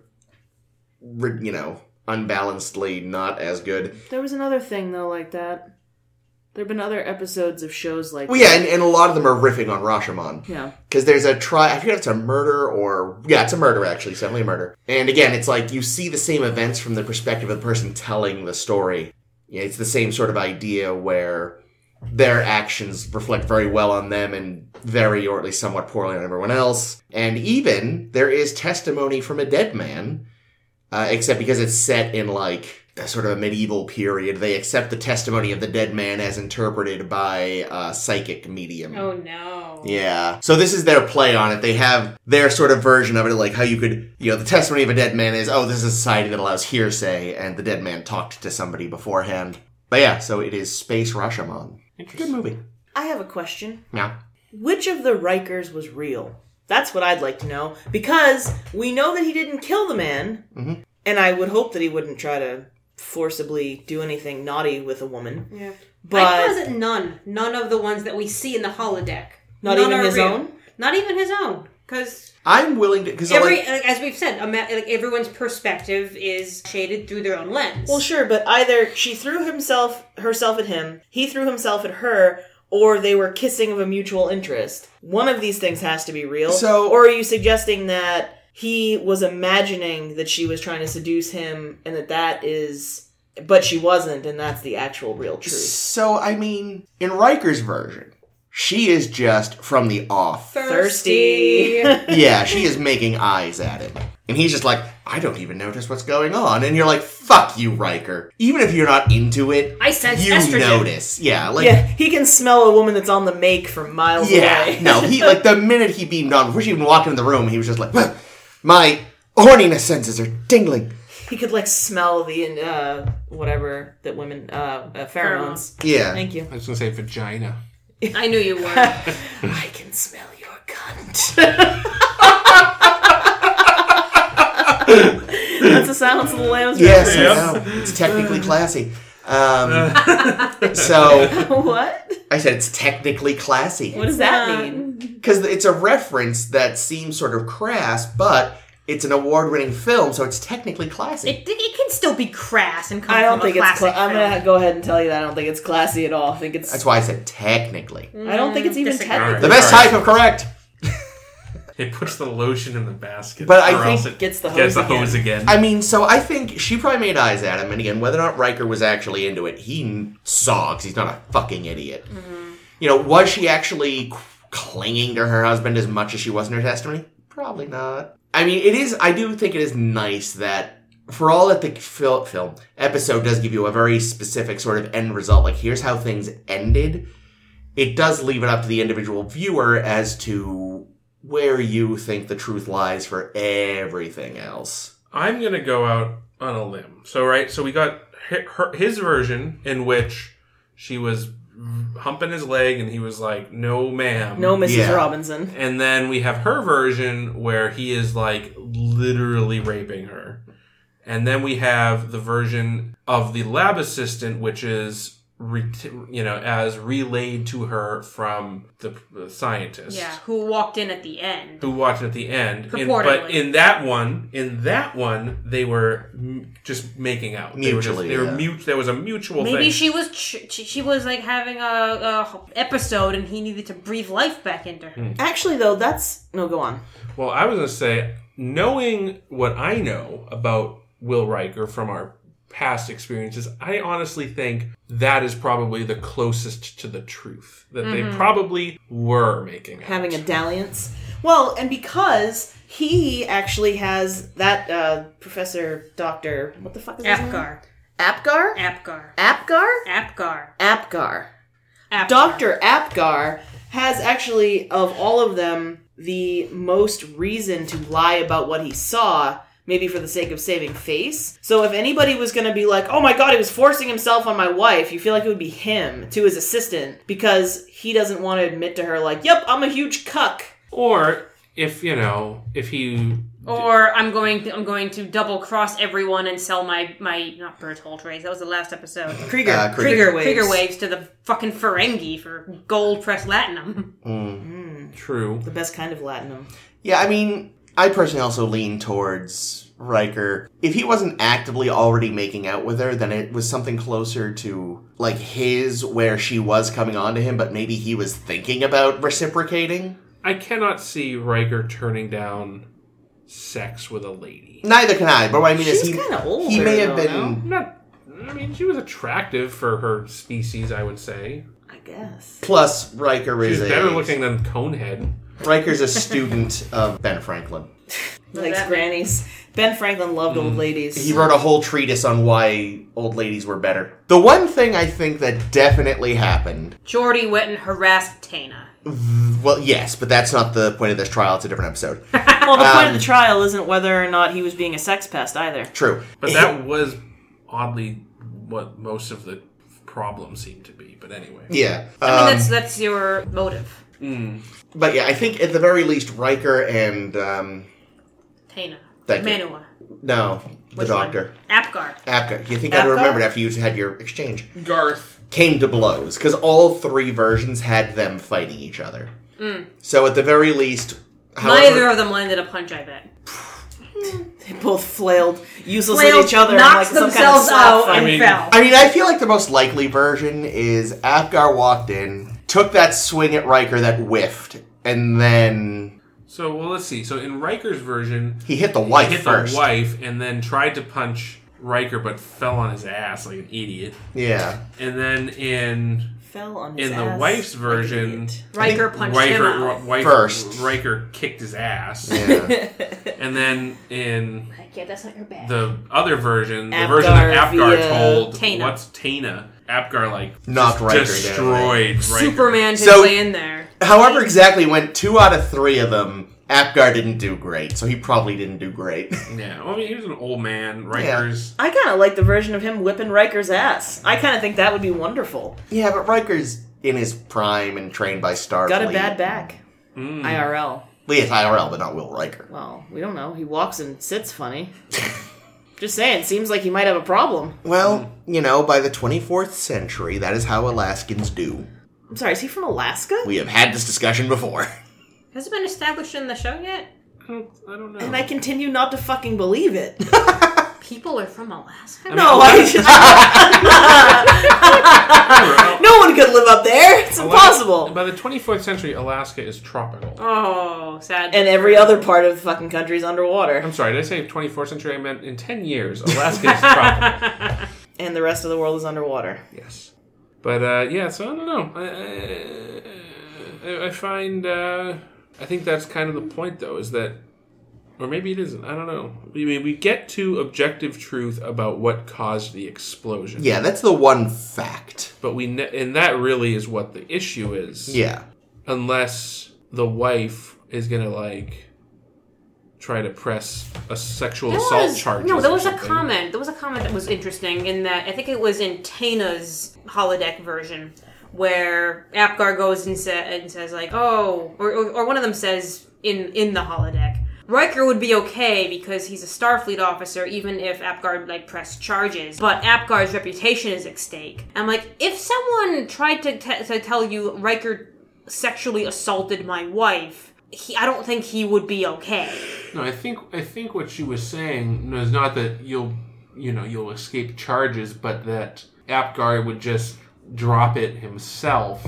Speaker 2: re- you know, unbalancedly not as good.
Speaker 3: there was another thing though like that. There have been other episodes of shows like
Speaker 2: Well, yeah, and, and a lot of them are riffing on Rashomon
Speaker 3: yeah.
Speaker 2: because there's a try. I forget if it's a murder or yeah, it's a murder actually. It's definitely a murder. And again, it's like you see the same events from the perspective of the person telling the story. Yeah, it's the same sort of idea where their actions reflect very well on them and very or at least somewhat poorly on everyone else. And even there is testimony from a dead man, uh, except because it's set in like a sort of a medieval period, they accept the testimony of the dead man as interpreted by a psychic medium.
Speaker 4: Oh no.
Speaker 2: Yeah. So this is their play on it. They have their sort of version of it, like how you could, you know, the testimony of a dead man is, oh, this is a society that allows hearsay, and the dead man talked to somebody beforehand. But yeah, so it is Space Rashomon. Good movie.
Speaker 3: I have a question.
Speaker 2: Yeah.
Speaker 3: Which of the Rikers was real? That's what I'd like to know because we know that he didn't kill the man, and I would hope that he wouldn't try to forcibly do anything naughty with a woman.
Speaker 4: Yeah. I
Speaker 3: But
Speaker 4: closet none. None of the ones that we see in the holodeck.
Speaker 3: Not
Speaker 4: None
Speaker 3: even
Speaker 4: are
Speaker 3: his
Speaker 4: real.
Speaker 3: own?
Speaker 4: Not even his own. Because
Speaker 2: I'm willing to, because
Speaker 4: every,
Speaker 2: like,
Speaker 4: like, as we've said, a ma- like, everyone's perspective is shaded through their own lens.
Speaker 3: well, sure. But either she threw himself herself at him, he threw himself at her, or they were kissing of a mutual interest. One of these things has to be real.
Speaker 2: So-
Speaker 3: or are you suggesting that he was imagining that she was trying to seduce him, and that that is? But she wasn't, and that's the actual real truth.
Speaker 2: so I mean, in Riker's version, She is just from the off.
Speaker 3: Thirsty.
Speaker 2: Yeah, she is making eyes at him. And he's just like, I don't even notice what's going on. And you're like, fuck you, Riker. Even if you're not into it,
Speaker 4: I sense
Speaker 2: you
Speaker 4: estrogen.
Speaker 2: notice. Yeah, like
Speaker 3: yeah, he can smell a woman that's on the make from miles
Speaker 2: Yeah,
Speaker 3: away.
Speaker 2: no, he like the minute he beamed on, before she even walked in the room, he was just like, "Ugh, my horniness senses are tingling.
Speaker 3: He could like smell the uh whatever that women uh, uh pheromones.
Speaker 2: Yeah,
Speaker 3: Thank you.
Speaker 1: I was gonna say vagina.
Speaker 4: I knew you were.
Speaker 3: I can smell your cunt. That's the silence of the lambs.
Speaker 2: yes,
Speaker 1: Yep.
Speaker 2: I know. It's technically classy. Um, so
Speaker 3: reference. what?
Speaker 2: I said it's technically classy
Speaker 3: What does that mean?
Speaker 2: because it's a reference that seems sort of crass, but it's an award-winning film, so it's technically classy.
Speaker 4: It, it can still be crass and come
Speaker 3: I don't
Speaker 4: from
Speaker 3: think
Speaker 4: a
Speaker 3: it's.
Speaker 4: classic
Speaker 3: Cla- I'm
Speaker 4: film.
Speaker 3: gonna go ahead and tell you that I don't think it's classy at all. I think it's.
Speaker 2: That's why I said technically.
Speaker 3: I don't think it's even
Speaker 4: disagree.
Speaker 1: Alright.
Speaker 3: technically.
Speaker 2: The best
Speaker 1: Alright.
Speaker 2: type of correct.
Speaker 1: It puts the lotion in the basket.
Speaker 2: But I
Speaker 1: or
Speaker 2: think
Speaker 1: else it
Speaker 3: gets the hose
Speaker 1: gets the
Speaker 3: again.
Speaker 1: hose again.
Speaker 2: I mean, so I think she probably made eyes at him, and again, whether or not Riker was actually into it, he kn- saw because he's not a fucking idiot. You know, was she actually c- clinging to her husband as much as she was in her testimony? Probably not. I mean, it is. I do think it is nice that. For all that the fil- film episode does give you a very specific sort of end result, like here's how things ended, it does leave it up to the individual viewer as to where you think the truth lies for everything else.
Speaker 1: I'm gonna go out on a limb. So right, so we got hi- her, his version in which she was humping his leg and he was like, "No, ma'am."
Speaker 3: No, Mrs.
Speaker 2: Yeah.
Speaker 3: Robinson.
Speaker 1: And then we have her version where he is like literally raping her. And then we have the version of the lab assistant, which is, re- you know, as relayed to her from the, the scientist
Speaker 4: Yeah, who walked in at the end.
Speaker 1: who watched at the end. In-
Speaker 4: Purportedly.
Speaker 1: but in that one, in that one, they were m- just making out. They were, just-
Speaker 2: Mutually,
Speaker 1: they were
Speaker 2: yeah.
Speaker 1: mute. There was a mutual
Speaker 4: Maybe
Speaker 1: thing.
Speaker 4: she was ch- she she was like having a, a episode and he needed to breathe life back into
Speaker 3: Hmm.
Speaker 4: her.
Speaker 3: Actually, though, that's no. Go on.
Speaker 1: well, I was gonna say, knowing what I know about Will Riker from our past experiences, I honestly think that is probably the closest to the truth that
Speaker 4: Mm-hmm.
Speaker 1: they probably were making out.
Speaker 3: having a dalliance. Well, and because he actually has that uh, professor, doctor, what the fuck is his name?
Speaker 4: Apgar.
Speaker 3: Apgar?
Speaker 4: Apgar.
Speaker 3: Apgar?
Speaker 4: Apgar.
Speaker 3: Apgar.
Speaker 4: Apgar.
Speaker 3: Doctor Apgar has actually, of all of them, the most reason to lie about what he saw. Maybe for the sake of saving face. So if anybody was going to be like, "Oh my God, he was forcing himself on my wife," you feel like it would be him to his assistant because he doesn't want to admit to her, like, "Yep, I'm a huge cuck."
Speaker 1: Or if you know, if he
Speaker 4: Or I'm going to I'm going to double cross everyone and sell my my not Bertolt Rays. That was the last episode.
Speaker 3: Krieger.
Speaker 2: Uh, Krieger.
Speaker 3: Krieger. waves.
Speaker 4: Krieger waves to the fucking Ferengi for gold pressed latinum.
Speaker 1: true,
Speaker 3: The best kind of latinum.
Speaker 2: Yeah, I mean, I personally also lean towards Riker. If he wasn't actively already making out with her, then it was something closer to like his where she was coming on to him, but maybe he was thinking about reciprocating.
Speaker 1: I cannot see Riker turning down sex with a lady.
Speaker 2: Neither can I, but what I mean is
Speaker 3: She's
Speaker 2: he,
Speaker 3: kinda
Speaker 2: he
Speaker 3: older,
Speaker 2: may have
Speaker 3: though,
Speaker 2: been
Speaker 1: Not. I mean, she was attractive for her species. I would say
Speaker 3: I guess.
Speaker 2: plus Riker
Speaker 1: she's
Speaker 2: is
Speaker 1: better
Speaker 2: a,
Speaker 1: looking than Conehead.
Speaker 2: Riker's a student of Ben Franklin.
Speaker 3: Likes
Speaker 4: that-
Speaker 3: grannies. Ben Franklin loved old ladies.
Speaker 2: Mm. He wrote a whole treatise on why old ladies were better. The one thing I think that definitely happened
Speaker 4: Jordy went and harassed Tana.
Speaker 2: Well, yes, but that's not the point of this trial. It's a different episode.
Speaker 3: well, the point of the
Speaker 2: Um,
Speaker 3: trial isn't whether or not he was being a sex pest either.
Speaker 2: True.
Speaker 1: But that was oddly what most of the problem seemed to be. But anyway,
Speaker 2: yeah.
Speaker 4: I mean,
Speaker 2: Um,
Speaker 4: that's that's your motive,
Speaker 2: but yeah, I think at the very least, Riker and um,
Speaker 4: Tana.
Speaker 2: Thank you.
Speaker 4: Manua.
Speaker 2: no, the doctor
Speaker 4: Apgar.
Speaker 2: Apgar. You think I'd
Speaker 3: Apgar?
Speaker 2: remembered after you had your exchange
Speaker 1: Garth.
Speaker 2: came to blows because all three versions had them fighting each other. So at the very least,
Speaker 4: Mm. Neither
Speaker 2: however,
Speaker 4: of them landed a punch, I bet.
Speaker 3: They both flailed useless
Speaker 4: Flailed,
Speaker 3: at each other.
Speaker 4: knocked
Speaker 3: and, like,
Speaker 4: themselves
Speaker 3: some kind of slap
Speaker 4: out, and
Speaker 1: I
Speaker 3: fight.
Speaker 1: mean-
Speaker 4: fell.
Speaker 2: I mean, I feel like the most likely version is Apgar walked in, took that swing at Riker that whiffed, and then
Speaker 1: So well, let's see. So in Riker's version,
Speaker 2: he hit the wife
Speaker 1: hit
Speaker 2: first.
Speaker 1: the wife and then tried to punch Riker, but fell on his ass like an idiot.
Speaker 2: Yeah.
Speaker 1: And then in
Speaker 3: fell on his
Speaker 1: In the
Speaker 3: ass
Speaker 1: wife's
Speaker 3: like an
Speaker 1: version,
Speaker 3: idiot.
Speaker 4: Riker
Speaker 2: think
Speaker 4: punched him
Speaker 1: Riker,
Speaker 4: out.
Speaker 1: Riker-
Speaker 2: First.
Speaker 1: Riker kicked his ass,
Speaker 2: Yeah.
Speaker 1: and then in
Speaker 4: Like, yeah, that's not your bag.
Speaker 1: the other version, the
Speaker 3: Apgar
Speaker 1: version that Apgar
Speaker 3: via
Speaker 1: told
Speaker 4: Tana.
Speaker 1: what's Tana, Apgar like
Speaker 2: Knocked
Speaker 1: just
Speaker 2: Riker down,
Speaker 1: destroyed Riker.
Speaker 4: Superman his
Speaker 2: So-
Speaker 4: way in there.
Speaker 2: However, exactly went two out of three of them. Apgar didn't do great, so he probably didn't do great.
Speaker 1: Yeah, well, I mean, he was an old man. Riker's
Speaker 3: I kind of like the version of him whipping Riker's ass. I kind of think that would be wonderful.
Speaker 2: yeah, but Riker's in his prime and trained by Starfleet.
Speaker 3: Got a bad back.
Speaker 1: Hmm.
Speaker 3: IRL.
Speaker 2: Yes, IRL, but not Will Riker.
Speaker 3: Well, we don't know. He walks and sits funny. Just saying, seems like he might have a problem.
Speaker 2: Well,
Speaker 3: Mm-hmm.
Speaker 2: you know, by the 24th century, that is how Alaskans do.
Speaker 3: I'm sorry, is he from Alaska?
Speaker 2: We have had this discussion before.
Speaker 4: Has it been established in the show yet?
Speaker 1: I don't, I don't know.
Speaker 3: and I continue not to fucking believe it.
Speaker 4: People are from Alaska.
Speaker 3: No, I just- no one could live up there. It's impossible.
Speaker 1: By the 24th century, Alaska is tropical.
Speaker 4: Oh, sad.
Speaker 3: And every other part of the fucking country is underwater,
Speaker 1: I'm sorry, did I say 24th century? I meant in 10 years, Alaska is tropical.
Speaker 3: and the rest of the world is underwater.
Speaker 1: Yes. But uh, yeah, so I don't know. I- I, I, I find uh, I think that's kind of the point, though, is that, or maybe it isn't. I don't know. We mean, we get to objective truth about what caused the explosion.
Speaker 2: Yeah, that's the one fact.
Speaker 1: But we ne- and that really is what the issue is.
Speaker 2: Yeah.
Speaker 1: Unless the wife is gonna like try to press a sexual
Speaker 4: There
Speaker 1: assault
Speaker 4: was-
Speaker 1: charge.
Speaker 4: No, there was a comment. There was a comment that was interesting in that I think it was in Tana's holodeck version where Apgar goes and, sa- and says like, "Oh," or, or, or one of them says in in the holodeck, Riker would be okay because he's a Starfleet officer, even if Apgar like pressed charges. But Apgar's reputation is at stake. I'm like, if someone tried to t- to tell you Riker sexually assaulted my wife, he, I don't think he would be okay.
Speaker 1: No, I think I think what she was saying was not that you'll you know you'll escape charges, but that Apgar would just drop it himself.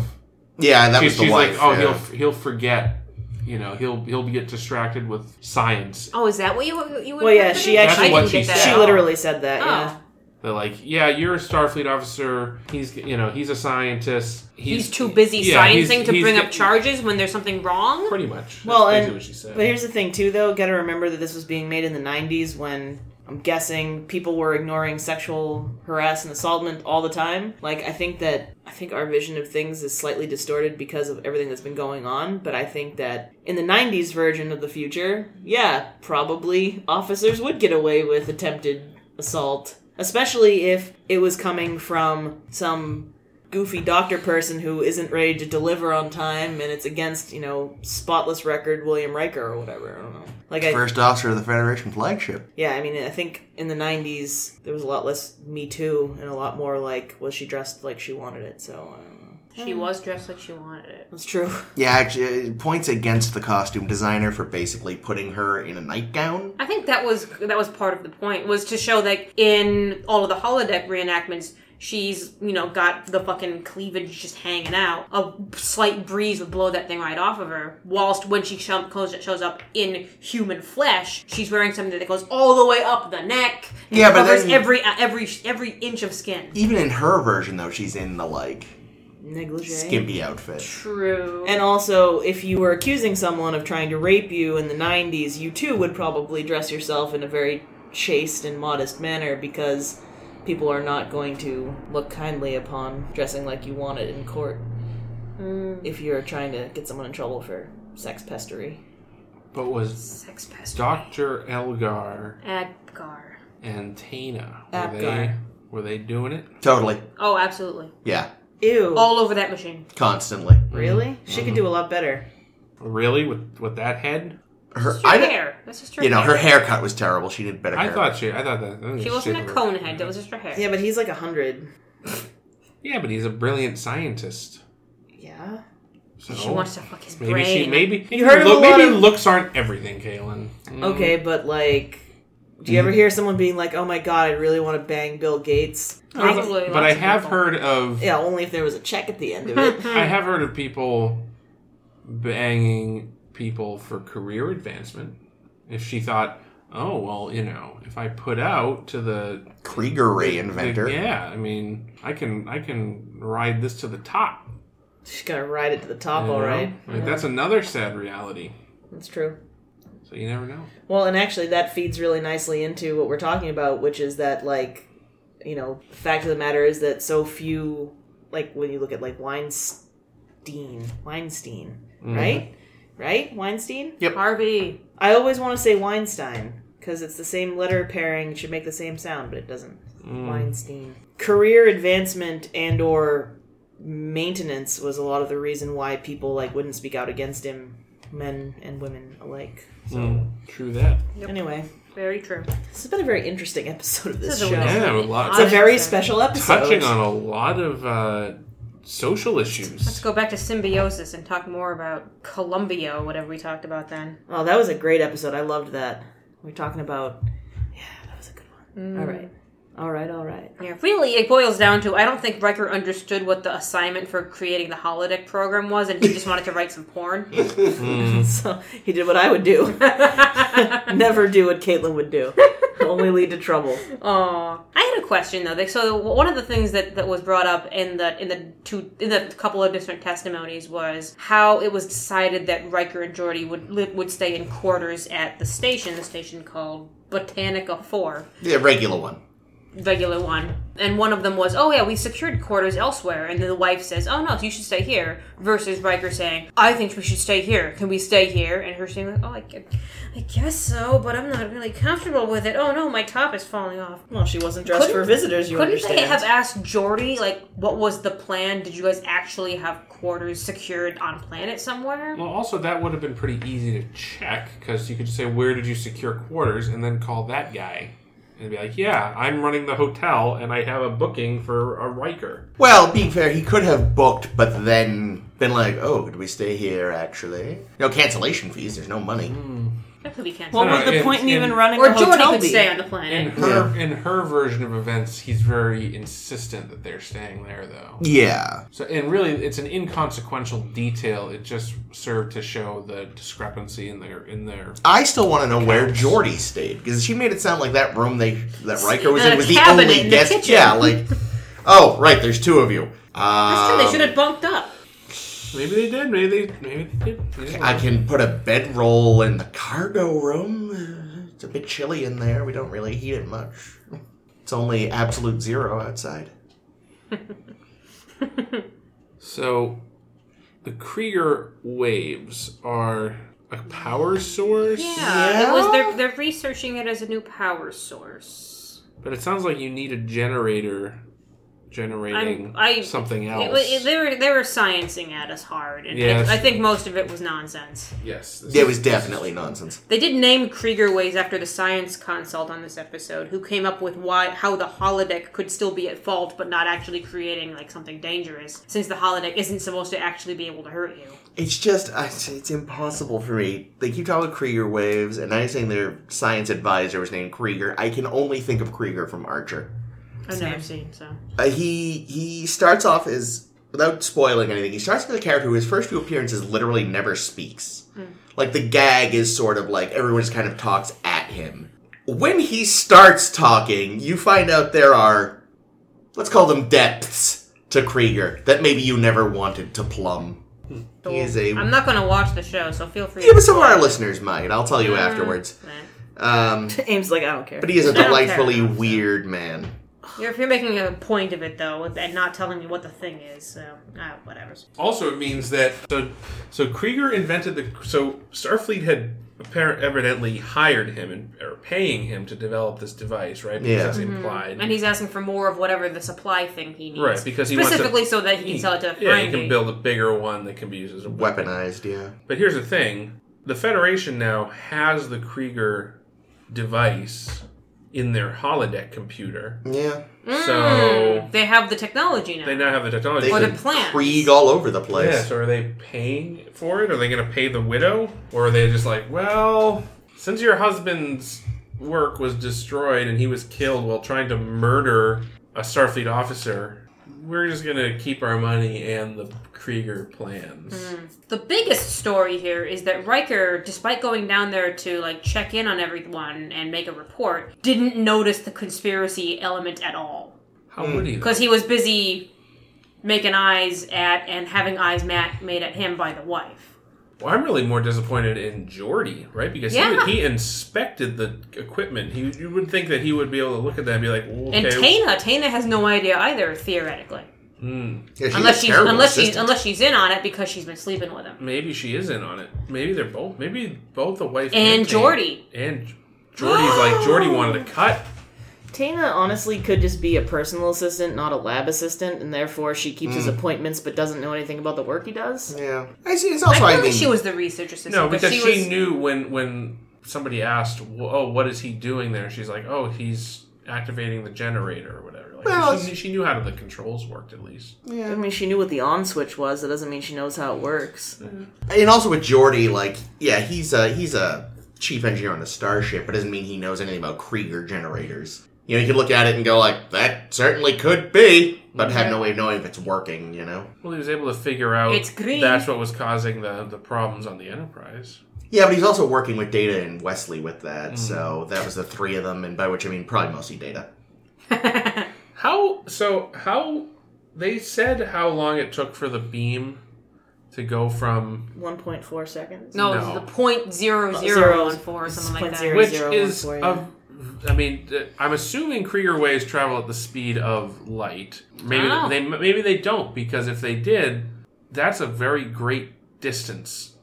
Speaker 2: Yeah, that
Speaker 1: She's,
Speaker 2: was the
Speaker 1: she's
Speaker 2: wife.
Speaker 1: like, oh,
Speaker 2: yeah.
Speaker 1: he'll he'll forget. You know, he'll he'll get distracted with science.
Speaker 4: Oh, is that what you you?
Speaker 3: Well, yeah, she actually-
Speaker 1: That's what she said.
Speaker 3: She
Speaker 1: Yeah.
Speaker 3: literally said that.
Speaker 4: Oh.
Speaker 3: Yeah.
Speaker 1: They're like, yeah, you're a Starfleet officer. He's you know he's a scientist.
Speaker 4: He's too busy
Speaker 1: yeah, he's-
Speaker 4: sciencing to
Speaker 1: he's
Speaker 4: bring up
Speaker 1: get-
Speaker 4: charges when there's something wrong.
Speaker 1: Pretty much. That's
Speaker 3: Well,
Speaker 1: basically
Speaker 3: and,
Speaker 1: what she said.
Speaker 3: but here's the thing too, though. Got to remember that this was being made in the '90s when I'm guessing people were ignoring sexual harassment and assaultment all the time. Like, I think that I think our vision of things is slightly distorted because of everything that's been going on. But I think that in the '90s version of the future, yeah, probably officers would get away with attempted assault, especially if it was coming from some goofy doctor person who isn't ready to deliver on time and it's against, you know, spotless record William Riker or whatever. I don't know. Like I
Speaker 2: First officer of the Federation flagship.
Speaker 3: yeah, I mean I think in the 90s there was a lot less me too and a lot more like was she dressed like she wanted it. So I don't know.
Speaker 4: She was dressed like she wanted it.
Speaker 3: That's true.
Speaker 2: Yeah, actually, uh, points against the costume designer for basically putting her in a nightgown.
Speaker 4: I think that was that was part of the point was to show that in all of the holodeck reenactments, she's you know got the fucking cleavage just hanging out. A slight breeze would blow that thing right off of her. Whilst when she show- goes- shows up in human flesh, she's wearing something that goes all the way up the neck. And
Speaker 2: Yeah, but
Speaker 4: covers
Speaker 2: then-
Speaker 4: every uh, every every inch of skin.
Speaker 2: Even in her version, though, she's in the like
Speaker 3: Negligee.
Speaker 2: skimpy outfit.
Speaker 4: True.
Speaker 3: And also, if you were accusing someone of trying to rape you in the 90s, you too would probably dress yourself in a very chaste and modest manner because people are not going to look kindly upon dressing like you wanted in court
Speaker 4: Mm,
Speaker 3: if you're trying to get someone in trouble for sex pestery.
Speaker 1: but was
Speaker 4: sex pest.
Speaker 1: Doctor Elgar
Speaker 4: Adgar.
Speaker 1: and Tana were they
Speaker 3: Apgar.
Speaker 1: were they doing it?
Speaker 2: Totally.
Speaker 4: Oh, absolutely.
Speaker 2: Yeah,
Speaker 3: Ew.
Speaker 4: All over that machine.
Speaker 2: constantly.
Speaker 3: really? She could do a lot better.
Speaker 1: Really with with that head?
Speaker 2: Her,
Speaker 4: It's your
Speaker 2: I, don't-
Speaker 4: hair. That's just her
Speaker 2: you know,
Speaker 4: hair.
Speaker 2: her haircut was terrible. She did better.
Speaker 1: I
Speaker 2: hair.
Speaker 1: thought she. I thought that. I think
Speaker 4: She wasn't a cone head. That was just her hair.
Speaker 3: Yeah, but he's like a 100.
Speaker 1: Yeah, but he's a brilliant scientist.
Speaker 3: Yeah.
Speaker 1: So
Speaker 4: She wants to fuck his
Speaker 1: maybe
Speaker 4: brain.
Speaker 1: she maybe
Speaker 3: You heard of
Speaker 1: look-
Speaker 3: a lot
Speaker 1: maybe
Speaker 3: of-
Speaker 1: looks aren't everything, Kaylin. Mm.
Speaker 3: Okay, but like. Do you ever hear someone being like, oh my god, I really want to bang Bill Gates?
Speaker 4: Probably.
Speaker 1: but
Speaker 4: lots
Speaker 1: I
Speaker 4: of
Speaker 1: have
Speaker 4: people.
Speaker 1: heard of
Speaker 3: Yeah, only if there was a check at the end of it.
Speaker 1: I have heard of people banging people for career advancement. If she thought, oh well, you know, if I put out to the
Speaker 2: Krieger Ray inventor.
Speaker 1: Yeah, I mean, I can I can ride this to the top.
Speaker 3: She's gonna ride it to the top,
Speaker 1: you
Speaker 3: all
Speaker 1: know?
Speaker 3: right.
Speaker 1: Like, That's another sad reality.
Speaker 3: That's true.
Speaker 1: So you never know.
Speaker 3: Well, and actually, that feeds really nicely into what we're talking about, which is that, like, you know, the fact of the matter is that so few, like, when you look at, like, Weinstein, Weinstein, right? Right? Weinstein?
Speaker 4: Harvey.
Speaker 3: I always want to say Weinstein because it's the same letter pairing, it should make the same sound, but it doesn't. Weinstein. Career advancement and or maintenance was a lot of the reason why people like wouldn't speak out against him, men and women alike. So
Speaker 1: True that.
Speaker 3: anyway,
Speaker 4: Very true.
Speaker 3: this has been a very interesting episode of this,
Speaker 4: This is a
Speaker 3: show.
Speaker 4: weird-
Speaker 1: Yeah, a lot
Speaker 3: It's a very
Speaker 4: Interesting.
Speaker 3: special episode.
Speaker 1: touching on a lot of uh, social
Speaker 4: Let's
Speaker 1: issues.
Speaker 4: go back to symbiosis and talk more about Columbia, whatever we talked about then.
Speaker 3: Oh, that was a great episode. I loved that. We're talking about Yeah, that was a good one. All right. All right, all right.
Speaker 4: Yeah, really, it boils down to I don't think Riker understood what the assignment for creating the holodeck program was, and he just wanted to write some porn.
Speaker 3: So he did what I would do. Never do what Caitlin would do. Only lead to trouble.
Speaker 4: Aw. I had a question though. Like, So one of the things that, that was brought up in the in the two in the couple of different testimonies was how it was decided that Riker and Geordi would li- would stay in quarters at the station, the station called Botanica Four,
Speaker 2: The regular one.
Speaker 4: regular one. And one of them was, "Oh yeah, we secured quarters elsewhere." And then the wife says, "Oh no, you should stay here." Versus Riker saying, "I think we should stay here. Can we stay here?" And her saying, like, "Oh, I, gu- I guess so, but I'm not really comfortable with it. Oh no, my top is falling off."
Speaker 3: Well, she wasn't dressed for
Speaker 4: Couldn't-
Speaker 3: visitors, you
Speaker 4: Couldn't
Speaker 3: understand.
Speaker 4: they have asked Jordy, like, what was the plan? Did you guys actually have quarters secured on planet somewhere?
Speaker 1: Well, also that would have been pretty easy to check because you could just say, "Where did you secure quarters?" and then call that guy and be like, "Yeah, I'm running the hotel and I have a booking for a Riker."
Speaker 2: Well, being fair, he could have booked, but then been like, "Oh, could we stay here?" Actually, no cancellation fees. There's no money.
Speaker 1: Mm.
Speaker 4: That could be canceled.
Speaker 3: what
Speaker 1: No,
Speaker 3: was the
Speaker 1: in-
Speaker 3: point in
Speaker 1: in-
Speaker 3: even running
Speaker 4: or
Speaker 3: a
Speaker 4: Jordy
Speaker 3: hotel
Speaker 4: could
Speaker 3: be?
Speaker 4: stay on the
Speaker 1: In
Speaker 4: planet.
Speaker 1: her in her version of events, he's very insistent that they're staying there, though.
Speaker 2: Yeah,
Speaker 1: So, and really, it's an inconsequential detail. It just served to show the discrepancy in their in their.
Speaker 2: I still want to know where Jordy stayed because she made it sound like that room they that Riker was
Speaker 4: the
Speaker 2: in was the
Speaker 4: cabin
Speaker 2: only
Speaker 4: in the
Speaker 2: guest.
Speaker 4: kitchen.
Speaker 2: yeah, like, oh right, there's two of you.
Speaker 4: That's
Speaker 2: Um,
Speaker 4: true, they should have bunked up.
Speaker 1: Maybe they did. Maybe they. Maybe they did. Maybe they
Speaker 2: I
Speaker 1: didn't.
Speaker 2: can put a bedroll in the cargo room. It's a bit chilly in there. We don't really heat it much. It's only absolute zero outside.
Speaker 1: So, the Krieger waves are a power source,
Speaker 4: Yeah, it was they're, they're researching it as a new power source.
Speaker 1: but it sounds like you need a generator generating
Speaker 4: I'm- I-
Speaker 1: something else.
Speaker 4: It, wa- it, they were they were sciencing at us hard, and
Speaker 1: Yes.
Speaker 4: I think most of it was nonsense.
Speaker 1: yes, this
Speaker 2: It
Speaker 1: is-
Speaker 2: was definitely nonsense.
Speaker 4: They did name Krieger Ways after the science consult on this episode, who came up with why how the holodeck could still be at fault, but not actually creating like something dangerous, since the holodeck isn't supposed to actually be able to hurt you.
Speaker 2: It's just, I- it's impossible for me. They keep talking about Krieger waves, and now you're saying their science advisor was named Krieger. I can only think of Krieger from Archer.
Speaker 4: I've never seen so.
Speaker 2: Uh, he he starts off as without spoiling anything. He starts with a character who his first few appearances literally never speaks.
Speaker 4: Mm.
Speaker 2: Like the gag is sort of like everyone just kind of talks at him. When he starts talking, you find out there are let's call them depths to Krieger that maybe you never wanted to plumb. He is a
Speaker 4: Hmm. I'm not going to watch the show, so feel free.
Speaker 2: yeah, but
Speaker 4: to
Speaker 2: some of our listeners might. I'll tell you afterwards.
Speaker 4: Nah.
Speaker 2: Um,
Speaker 3: Ames like, I don't care.
Speaker 2: but he is a
Speaker 4: don't care.
Speaker 2: delightfully weird man.
Speaker 4: You're, if you're making a point of it though, and not telling me what the thing is, so uh, whatever.
Speaker 1: also it means that so so Krieger invented the so Starfleet had apparent evidently hired him and or paying him to develop this device, right? Because
Speaker 2: Yeah.
Speaker 1: that's
Speaker 4: Mm-hmm.
Speaker 1: implied.
Speaker 4: And he's asking for more of whatever the supply thing he needs,
Speaker 1: Right, because he wants to-
Speaker 4: specifically so that he can sell it to the
Speaker 1: yeah,
Speaker 4: Ferengi.
Speaker 1: you can build a bigger one that can be used as a weapon.
Speaker 2: Weaponized, yeah.
Speaker 1: But here's the thing: the Federation now has the Krieger device in their holodeck computer,
Speaker 2: Yeah.
Speaker 1: so
Speaker 4: Hmm. They have the technology now.
Speaker 1: they now have the technology.
Speaker 2: Mm. They
Speaker 4: Or the
Speaker 2: could
Speaker 4: plants.
Speaker 2: Krieg all over the place.
Speaker 1: yeah, so are they paying for it? Are they going to pay the widow, or are they just like, well, since your husband's work was destroyed and he was killed while trying to murder a Starfleet officer, we're just gonna keep our money and the Krieger plans.
Speaker 2: Mm.
Speaker 4: The biggest story here is that Riker, despite going down there to like check in on everyone and make a report, didn't notice the conspiracy element at all
Speaker 1: How would he?
Speaker 4: because he was busy making eyes at and having eyes mat made at him by the wife.
Speaker 1: Well, I'm really more disappointed in Jordy, right? Because he-
Speaker 4: Yeah.
Speaker 1: he, inspected the equipment. He you would think that he would be able to look at that and be like, okay,
Speaker 4: And Tana, Tana has no idea either theoretically,
Speaker 1: mm,
Speaker 2: Yeah, she's
Speaker 4: unless
Speaker 2: a
Speaker 4: she's
Speaker 2: terrible
Speaker 4: unless she's
Speaker 2: assistant.
Speaker 4: unless she's in on it because she's been sleeping with him.
Speaker 1: maybe she is in on it. Maybe they're both. Maybe both the wife
Speaker 4: And
Speaker 1: Tana-
Speaker 4: Jordy.
Speaker 1: and Jordy's like Jordy wanted to cut.
Speaker 3: Tana honestly could just be a personal assistant, not a lab assistant, and therefore she keeps his appointments but doesn't know anything about the work he does.
Speaker 2: Yeah, I see. It's
Speaker 4: I
Speaker 2: also
Speaker 4: feel
Speaker 2: I,
Speaker 4: like
Speaker 2: mean,
Speaker 4: she was the research assistant.
Speaker 1: No,
Speaker 4: but
Speaker 1: because she,
Speaker 4: she was,
Speaker 1: knew when when somebody asked, "Oh, what is he doing there?" She's like, "Oh, he's activating the generator or whatever." Like,
Speaker 2: Well,
Speaker 1: she, knew, she knew how the controls worked at least.
Speaker 3: I mean, she knew what the on switch was. That doesn't mean she knows how it works.
Speaker 2: and also with Jordy, like yeah, he's a he's a chief engineer on a starship, but doesn't mean he knows anything about Krieger generators. You know, you could look at it and go like, that certainly could be, but have no way of knowing if it's working. You know.
Speaker 1: Well, he was able to figure out
Speaker 4: It's green.
Speaker 1: that's what was causing the the problems on the Enterprise.
Speaker 2: Yeah, but he's also working with Data and Wesley with that, so that was the three of them, and by which I mean probably mostly Data.
Speaker 1: How so? How they said how long it took for the beam to go from
Speaker 3: 1.4 seconds.
Speaker 4: no,
Speaker 1: No.
Speaker 4: it was the point zero zero
Speaker 3: Zero.
Speaker 4: one four or something like
Speaker 3: Point
Speaker 4: that.
Speaker 3: zero.
Speaker 1: which
Speaker 3: zero,
Speaker 1: is
Speaker 3: one, four,
Speaker 1: of. I mean, th- I'm assuming Krieger waves travel at the speed of light. Maybe
Speaker 4: Oh.
Speaker 1: they maybe they don't because if they did, that's a very great distance,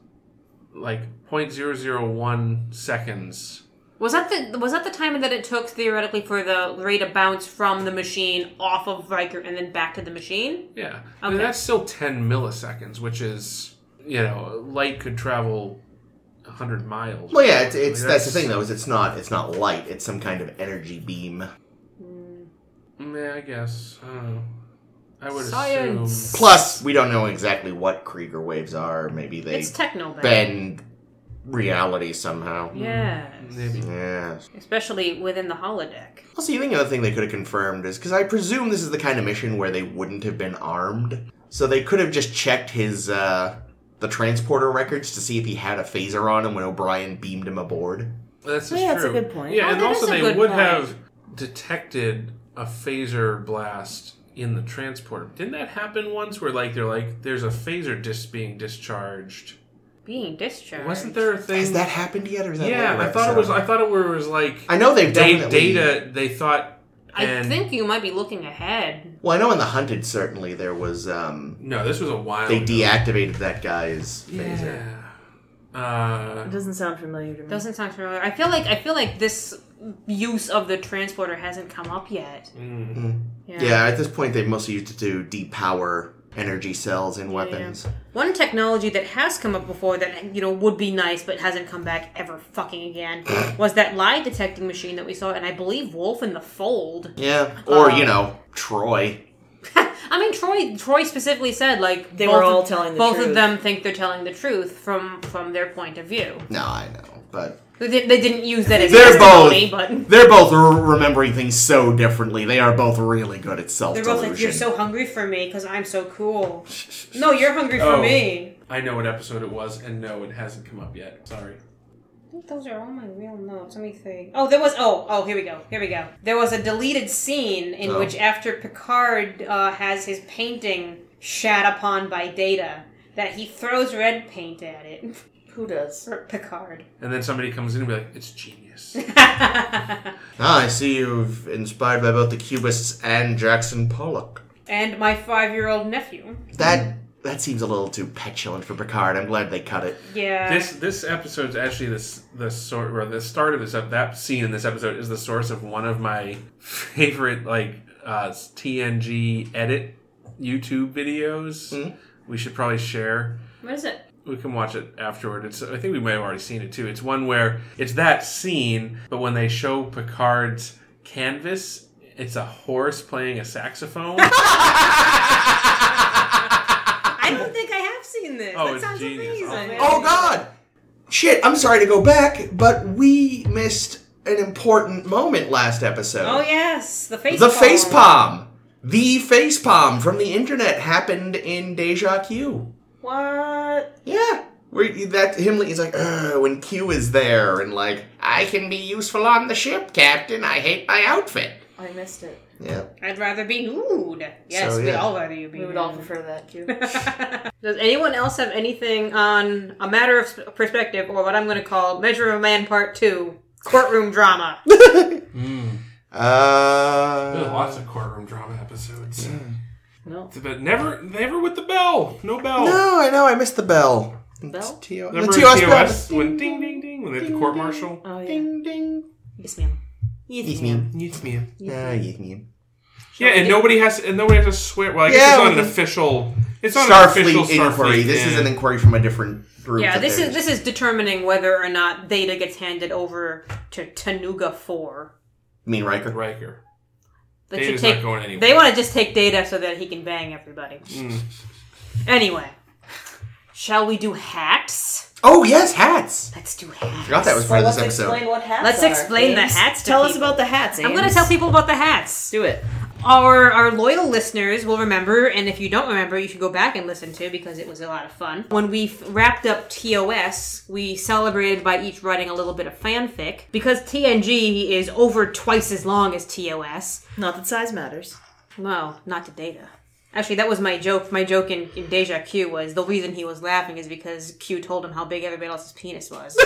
Speaker 1: like 0.001 seconds.
Speaker 4: Was that the was that the time that it took theoretically for the ray to bounce from the machine off of Riker and then back to the machine?
Speaker 1: Yeah, I mean,
Speaker 4: Okay.
Speaker 1: that's still 10 milliseconds, which is you know, light could travel 100 miles.
Speaker 2: Well, yeah, it's, it's
Speaker 1: Like,
Speaker 2: that's the thing though is it's not it's not light; it's some kind of energy beam.
Speaker 1: Yeah, I guess. I don't know. I would
Speaker 4: Science.
Speaker 1: assume.
Speaker 2: Plus, we don't know exactly what Krieger waves are. Maybe they
Speaker 4: It's techno bad.
Speaker 2: bend reality somehow.
Speaker 4: Yeah.
Speaker 1: Maybe.
Speaker 2: Yeah.
Speaker 4: Especially within the holodeck.
Speaker 2: Also, you think another thing they could have confirmed is because I presume this is the kind of mission where they wouldn't have been armed, so they could have just checked his uh, the transporter records to see if he had a phaser on him when O'Brien beamed him aboard.
Speaker 1: That's
Speaker 3: Yeah,
Speaker 1: just
Speaker 3: that's a
Speaker 1: true.
Speaker 3: good point.
Speaker 1: Yeah,
Speaker 4: Oh,
Speaker 1: and
Speaker 4: that
Speaker 1: also
Speaker 4: is a
Speaker 1: they
Speaker 4: good
Speaker 1: would
Speaker 4: point.
Speaker 1: have detected a phaser blast in the transporter. Didn't that happen once where like they're like there's a phaser disc being discharged?
Speaker 4: Being discharged.
Speaker 1: Wasn't there a thing?
Speaker 2: Has that happened yet, or is that
Speaker 1: yeah,
Speaker 2: later
Speaker 1: I thought it was.
Speaker 2: episode?
Speaker 1: I thought it was like
Speaker 2: I know they've
Speaker 1: da-
Speaker 2: definitely
Speaker 1: data. They thought.
Speaker 4: I
Speaker 1: and-
Speaker 4: think you might be looking ahead.
Speaker 2: Well, I know in the hunted certainly there was. Um,
Speaker 1: Oh, No, this was a while.
Speaker 2: they
Speaker 1: ago.
Speaker 2: deactivated that guy's phaser.
Speaker 1: Yeah. Uh,
Speaker 3: It doesn't sound familiar to me.
Speaker 4: Doesn't sound familiar. I feel like I feel like this use of the transporter hasn't come up yet.
Speaker 1: mm.
Speaker 2: Yeah. at this point they've mostly used it to depower energy cells in weapons.
Speaker 4: One technology that has come up before that you know would be nice but hasn't come back ever fucking again was that lie detecting machine that we saw, and I believe Wolf in the Fold.
Speaker 2: Yeah, or
Speaker 4: Um,
Speaker 2: you know, Troy.
Speaker 4: I mean, Troy. Troy specifically said like
Speaker 3: They
Speaker 4: both
Speaker 3: were all
Speaker 4: of-
Speaker 3: telling the
Speaker 4: both of
Speaker 3: truth.
Speaker 4: them think they're telling the truth from from their point of view.
Speaker 2: No, I know, but
Speaker 4: They, di- they didn't use that as
Speaker 2: They're
Speaker 4: testimony,
Speaker 2: both.
Speaker 4: but
Speaker 2: They're both r- remembering things so differently. They are both really good at self
Speaker 4: they're
Speaker 2: delusion.
Speaker 4: both like, "You're so hungry for me because I'm so cool." no, you're hungry for
Speaker 1: Oh.
Speaker 4: me.
Speaker 1: I know what episode it was, and no, it hasn't come up yet. Sorry.
Speaker 4: I think those are all my real notes. Let me think. Oh, there was. Oh, oh, here we go. Here we go. There was a deleted scene in
Speaker 2: Oh.
Speaker 4: which, after Picard uh, has his painting shat upon by Data, that he throws red paint at it.
Speaker 3: Who does?
Speaker 4: For Picard.
Speaker 1: And then somebody comes in and be like, "It's genius."
Speaker 2: ah, I see you've inspired by both the Cubists and Jackson Pollock.
Speaker 4: and my five-year-old nephew.
Speaker 2: That that seems a little too petulant for Picard. I'm glad they cut it.
Speaker 4: Yeah.
Speaker 1: This this episode's actually this the sort or the start of this ep- that scene in this episode is the source of one of my favorite like uh, TNG edit YouTube videos. We should probably share.
Speaker 4: what is it?
Speaker 1: We can watch it afterward. It's I think we may have already seen it too. It's one where it's that scene, but when they show Picard's canvas, it's a horse playing a saxophone.
Speaker 4: I don't think I have seen this.
Speaker 1: Oh,
Speaker 4: that
Speaker 1: it's
Speaker 4: sounds
Speaker 1: genius.
Speaker 4: amazing.
Speaker 2: Oh God! Shit, I'm sorry to go back, but we missed an important moment last episode.
Speaker 4: Oh yes, the face.
Speaker 2: the face palm. The facepalm from the internet happened in Deja Q.
Speaker 3: What?
Speaker 2: Yeah. Where he- that him he's like, Ugh, when Q is there and like, I can be useful on the ship, Captain. I hate my outfit.
Speaker 3: I missed it.
Speaker 2: Yeah.
Speaker 4: I'd rather be nude. Yes,
Speaker 2: So,
Speaker 4: we'd
Speaker 2: yeah.
Speaker 4: all rather you be
Speaker 3: We would
Speaker 4: nude.
Speaker 3: all prefer that, Q.
Speaker 4: Does anyone else have anything on a matter of sp- perspective, or what I'm going to call Measure of a Man Part Two courtroom drama?
Speaker 1: There's lots
Speaker 2: Uh,
Speaker 1: of courtroom drama episodes.
Speaker 3: no.
Speaker 1: But never, never with the bell. No bell.
Speaker 2: no, I know I missed the bell.
Speaker 3: Bell?
Speaker 2: It's T.O. The
Speaker 1: Remember
Speaker 2: TOS
Speaker 1: in
Speaker 2: bell.
Speaker 1: TOS when ding ding ding when they had the court martial.
Speaker 3: Oh, yeah.
Speaker 2: Ding ding.
Speaker 4: Yes, ma'am.
Speaker 2: Yes, ma'am.
Speaker 1: Yes, ma'am.
Speaker 2: Ah, yes, ma'am.
Speaker 1: Yeah, and nobody has and nobody has to swear. Well, I guess
Speaker 2: Yeah,
Speaker 1: it's not
Speaker 2: we
Speaker 1: an
Speaker 2: can-
Speaker 1: official. It's not an official
Speaker 2: Starfleet
Speaker 1: Starfleet
Speaker 2: inquiry. This is
Speaker 1: yeah.
Speaker 2: an inquiry from a different group.
Speaker 4: Yeah,
Speaker 2: that
Speaker 4: this
Speaker 2: they're-
Speaker 4: is this is determining whether or not Data gets handed over to Tanuga Four.
Speaker 2: You mean Riker.
Speaker 1: Riker.
Speaker 4: They
Speaker 1: Data's
Speaker 4: should take-
Speaker 1: not going anywhere. Mm.
Speaker 4: They want to just take Data so that he can bang everybody. Anyway, shall we do hats?
Speaker 2: Oh yes, hats.
Speaker 4: Let's do hats.
Speaker 2: Forgot that was part
Speaker 3: Well,
Speaker 2: of this
Speaker 3: let's
Speaker 2: episode.
Speaker 3: explain what hats
Speaker 4: Let's
Speaker 3: are,
Speaker 4: explain the
Speaker 3: Ames.
Speaker 4: hats to
Speaker 3: Tell us
Speaker 4: people.
Speaker 3: about the hats,
Speaker 4: I'm going to
Speaker 3: Ames.
Speaker 4: tell people about the hats.
Speaker 3: Do it.
Speaker 4: our our loyal listeners will remember, and if you don't remember, you should go back and listen to because it was a lot of fun. When we f- wrapped up TOS, we celebrated by each writing a little bit of fanfic because TNG is over twice as long as TOS.
Speaker 3: Not that size matters.
Speaker 4: No, not to Data. Actually, that was my joke. My joke in, in Deja Q was the reason he was laughing is because Q told him how big everybody else's penis was.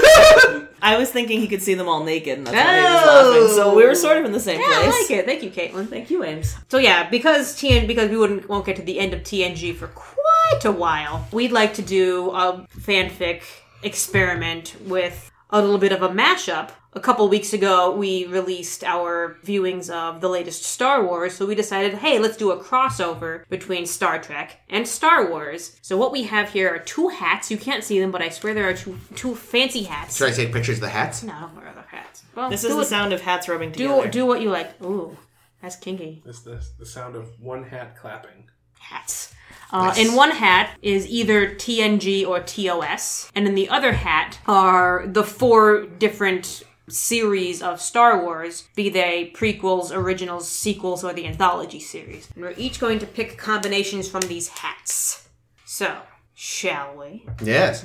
Speaker 3: I was thinking he could see them all naked, and that's why he was laughing. So we were sort of in the same
Speaker 4: Oh! Yeah,
Speaker 3: place.
Speaker 4: I like it. Thank you, Caitlin. Thank you,
Speaker 3: Ames.
Speaker 4: So yeah, because TN because we wouldn't won't get to the end of TNG for quite a while, we'd like to do a fanfic experiment with a little bit of a mashup. A couple weeks ago, we released our viewings of the latest Star Wars, so we decided, hey, let's do a crossover between Star Trek and Star Wars. So what we have here are two hats. You can't see them, but I swear there are two two fancy hats.
Speaker 2: Should I take pictures of the hats?
Speaker 4: No, I don't wear other hats. Well,
Speaker 3: This
Speaker 4: do
Speaker 3: is the
Speaker 4: what-
Speaker 3: sound of hats rubbing together.
Speaker 4: do do what you like. Ooh, that's kinky.
Speaker 1: It's the, the sound of one hat clapping.
Speaker 4: hats. Uh, In one hat is either TNG or TOS, and in the other hat are the four different series of Star Wars, be they prequels, originals, sequels, or the anthology series. And we're each going to pick combinations from these hats. So, shall we?
Speaker 2: Yes.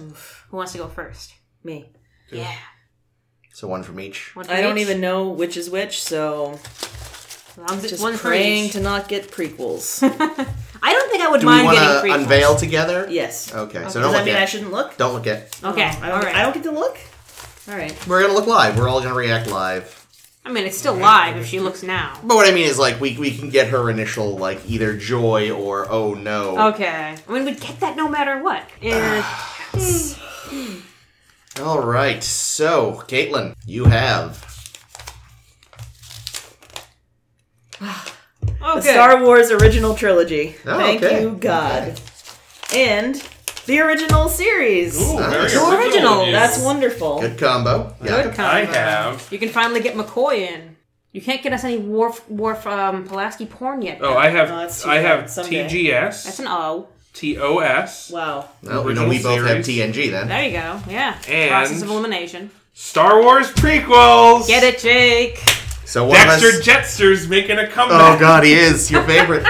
Speaker 4: Who wants to go first?
Speaker 3: me.
Speaker 4: Yeah.
Speaker 2: So one from each.
Speaker 4: One for
Speaker 3: I don't
Speaker 4: each?
Speaker 3: even know which is which, so
Speaker 4: As long as it's
Speaker 3: just
Speaker 4: one for
Speaker 3: praying
Speaker 4: each.
Speaker 3: to not get prequels.
Speaker 4: I don't think I would
Speaker 2: Do we
Speaker 4: mind
Speaker 2: want
Speaker 4: getting
Speaker 2: to
Speaker 4: prequels.
Speaker 2: unveil together?
Speaker 3: yes.
Speaker 2: Okay. So
Speaker 3: Does
Speaker 2: don't
Speaker 3: that
Speaker 2: look
Speaker 3: mean I
Speaker 2: at.
Speaker 3: shouldn't look?
Speaker 2: Don't look at.
Speaker 4: Okay,
Speaker 3: I don't,
Speaker 4: all right.
Speaker 3: I don't get to look. All right.
Speaker 2: We're gonna look live. We're all gonna react live.
Speaker 4: I mean, it's still live if she looks now.
Speaker 2: But what I mean is, like, we we can get her initial like either joy or oh no.
Speaker 4: Okay. I mean, we'd get that no matter what. hmm. And
Speaker 2: All right. So Caitlin, you have.
Speaker 4: oh,
Speaker 3: The Star Wars original trilogy.
Speaker 2: Oh,
Speaker 3: Thank
Speaker 2: okay.
Speaker 3: you, God. And the original series.
Speaker 1: Ooh,
Speaker 2: nice.
Speaker 1: very
Speaker 4: Original,
Speaker 1: of you.
Speaker 3: That's wonderful.
Speaker 2: Good combo. Yeah.
Speaker 4: Good
Speaker 1: I
Speaker 4: combo.
Speaker 1: have.
Speaker 4: You can finally get McCoy in. You can't get us any Worf, Worf um, Pulaski porn yet.
Speaker 1: Oh, I have.
Speaker 3: No, that's too
Speaker 1: I have
Speaker 3: bad. Someday.
Speaker 4: That's
Speaker 1: TGS,
Speaker 4: an O.
Speaker 1: TOS,
Speaker 3: Wow.
Speaker 2: Well, we know we both have TNG then.
Speaker 4: There you go. Yeah.
Speaker 1: And-
Speaker 4: Process of elimination.
Speaker 1: Star Wars prequels.
Speaker 4: Get it, Jake.
Speaker 2: So one of us.
Speaker 1: Dexter Jetster's making a
Speaker 2: Oh
Speaker 1: comeback.
Speaker 2: god, he is your favorite.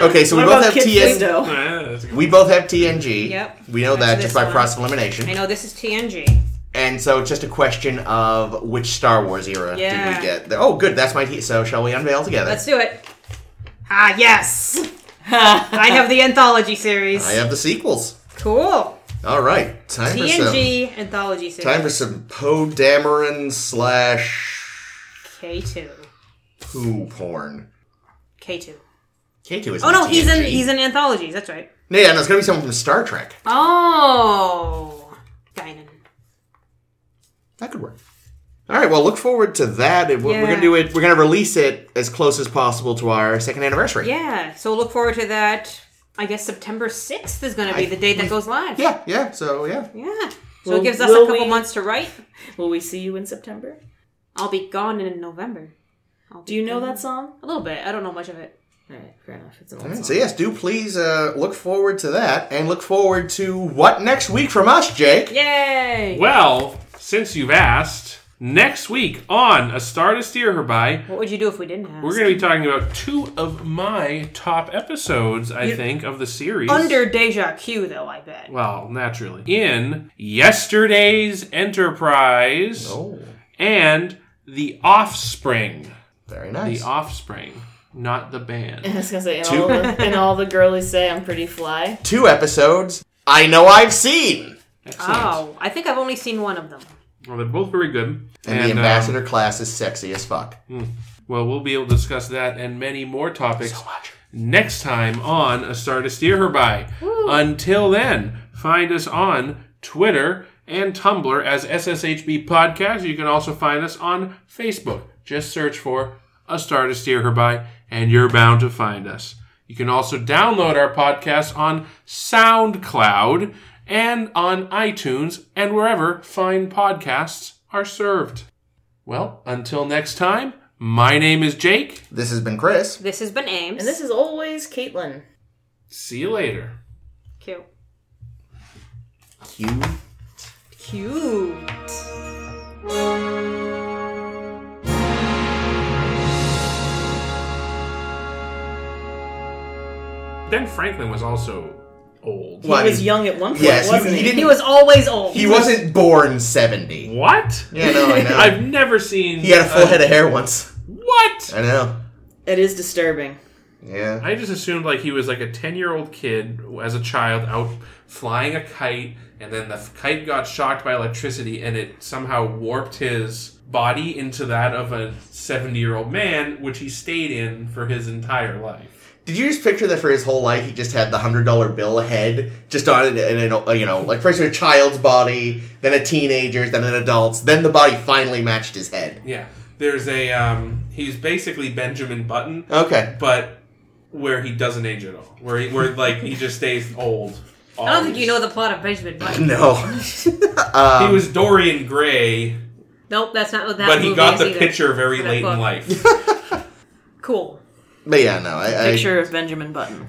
Speaker 2: Okay, so
Speaker 3: What
Speaker 2: we both
Speaker 3: about
Speaker 2: have TNG.
Speaker 3: Kid Fisto?
Speaker 1: Yeah, that's a good-
Speaker 2: We both have TNG.
Speaker 4: Yep.
Speaker 2: We know that just
Speaker 4: That's this
Speaker 2: by
Speaker 4: one.
Speaker 2: process of elimination.
Speaker 4: I know this is TNG.
Speaker 2: And so it's just a question of which Star Wars era did
Speaker 4: Yeah.
Speaker 2: we get? there? Oh, good. That's my T. So shall we unveil together?
Speaker 4: Let's do it. Ah, yes. I have the anthology series.
Speaker 2: I have the sequels.
Speaker 4: cool.
Speaker 2: All right. Time for
Speaker 4: TNG anthology
Speaker 2: some. Time
Speaker 4: series.
Speaker 2: for some Poe Dameron slash
Speaker 4: K2.
Speaker 2: poo porn.
Speaker 4: K2.
Speaker 2: K2 is.
Speaker 4: Oh no, he's in
Speaker 2: TNG.
Speaker 4: he's in anthologies. That's right.
Speaker 2: Yeah, no, it's gonna be someone from Star Trek.
Speaker 4: Oh, Guinan.
Speaker 2: That could work. All right. Well, look forward to that. We're, we're
Speaker 4: Yeah.
Speaker 2: gonna do it. We're gonna release it as close as possible to our second anniversary.
Speaker 4: Yeah, so look forward to that. I guess September 6th is going to be
Speaker 2: I-
Speaker 4: the date that goes live.
Speaker 2: Yeah. Yeah. So yeah.
Speaker 4: Yeah. So
Speaker 3: Will-
Speaker 4: it gives us
Speaker 3: will
Speaker 4: a couple
Speaker 3: we-
Speaker 4: months to write.
Speaker 3: Will we see you in September?
Speaker 4: I'll be gone in November. I'll
Speaker 3: Do
Speaker 4: be
Speaker 3: you know
Speaker 4: gone.
Speaker 3: that song?
Speaker 4: A little bit. I don't know much of it.
Speaker 3: All right, fair enough. It's an old
Speaker 2: All right,
Speaker 3: song.
Speaker 2: so yes, do please uh, look forward to that, and look forward to what next week from us, Jake.
Speaker 4: Yay!
Speaker 1: Well, since you've asked, Next week on A Star to Steer Her By,
Speaker 4: What would you do if we didn't ask?
Speaker 1: we're going to be talking about two of my top episodes, I think, of the series.
Speaker 4: under deja Q though. I bet.
Speaker 1: Well, naturally. In Yesterday's Enterprise
Speaker 2: Oh,
Speaker 1: and The Offspring.
Speaker 2: very
Speaker 1: The
Speaker 2: nice.
Speaker 1: Offspring, not the band.
Speaker 3: I was gonna say, and all, the, and all the girlies say I'm pretty fly.
Speaker 2: Two episodes I know I've seen.
Speaker 1: Excellent.
Speaker 4: Oh, I think I've only seen one of them.
Speaker 1: Well, they're both very good.
Speaker 2: And, the
Speaker 1: um,
Speaker 2: ambassador class is sexy as fuck.
Speaker 1: well, we'll be able to discuss that and many more topics
Speaker 2: much.
Speaker 1: next time on A Star to Steer Her By. Until then, find us on Twitter and Tumblr as SSHB Podcast. You can also find us on Facebook. Just search for A Star to Steer Her By, and you're bound to find us. You can also download our podcast on SoundCloud and on iTunes and wherever fine podcasts are served. Well, until next time, my name is Jake.
Speaker 2: This has been Chris.
Speaker 4: This has been Ames.
Speaker 3: And this is always Caitlin.
Speaker 1: See you later.
Speaker 4: cute.
Speaker 2: Cue
Speaker 4: Cute.
Speaker 1: Ben Franklin was also old.
Speaker 3: He
Speaker 2: Well, I
Speaker 3: was
Speaker 2: mean,
Speaker 3: young at one point,
Speaker 2: yes, he-
Speaker 3: wasn't
Speaker 2: he
Speaker 3: he?
Speaker 2: didn't-
Speaker 4: He was always old.
Speaker 2: He wasn't born 70.
Speaker 1: What?
Speaker 2: Yeah, no, I know.
Speaker 1: I've never seen.
Speaker 2: he had a full head of hair once.
Speaker 1: What?
Speaker 2: I know.
Speaker 3: It is disturbing.
Speaker 2: Yeah.
Speaker 1: I just assumed like he was like a ten-year-old kid as a child out flying a kite, and then the f- kite got shocked by electricity, and it somehow warped his body into that of a seventy-year-old man, which he stayed in for his entire life.
Speaker 2: Did you just picture that for his whole life he just had the hundred dollar bill head just on it and it, you know like first a child's body, then a teenager's, then an adult's, then the body finally matched his head.
Speaker 1: Yeah. There's a um. He's basically Benjamin Button,
Speaker 2: Okay.
Speaker 1: but where he doesn't age at all. Where he, where like he just stays old.
Speaker 4: I don't think you know the plot of Benjamin Button.
Speaker 2: No. Um,
Speaker 1: he was Dorian Gray,
Speaker 4: Nope, that's not what that.
Speaker 1: but he
Speaker 4: movie
Speaker 1: got
Speaker 4: is
Speaker 1: the
Speaker 4: either.
Speaker 1: picture very
Speaker 4: That
Speaker 1: late in
Speaker 4: book.
Speaker 1: life.
Speaker 4: Cool.
Speaker 2: But yeah, no. I, I
Speaker 3: Picture of Benjamin Button.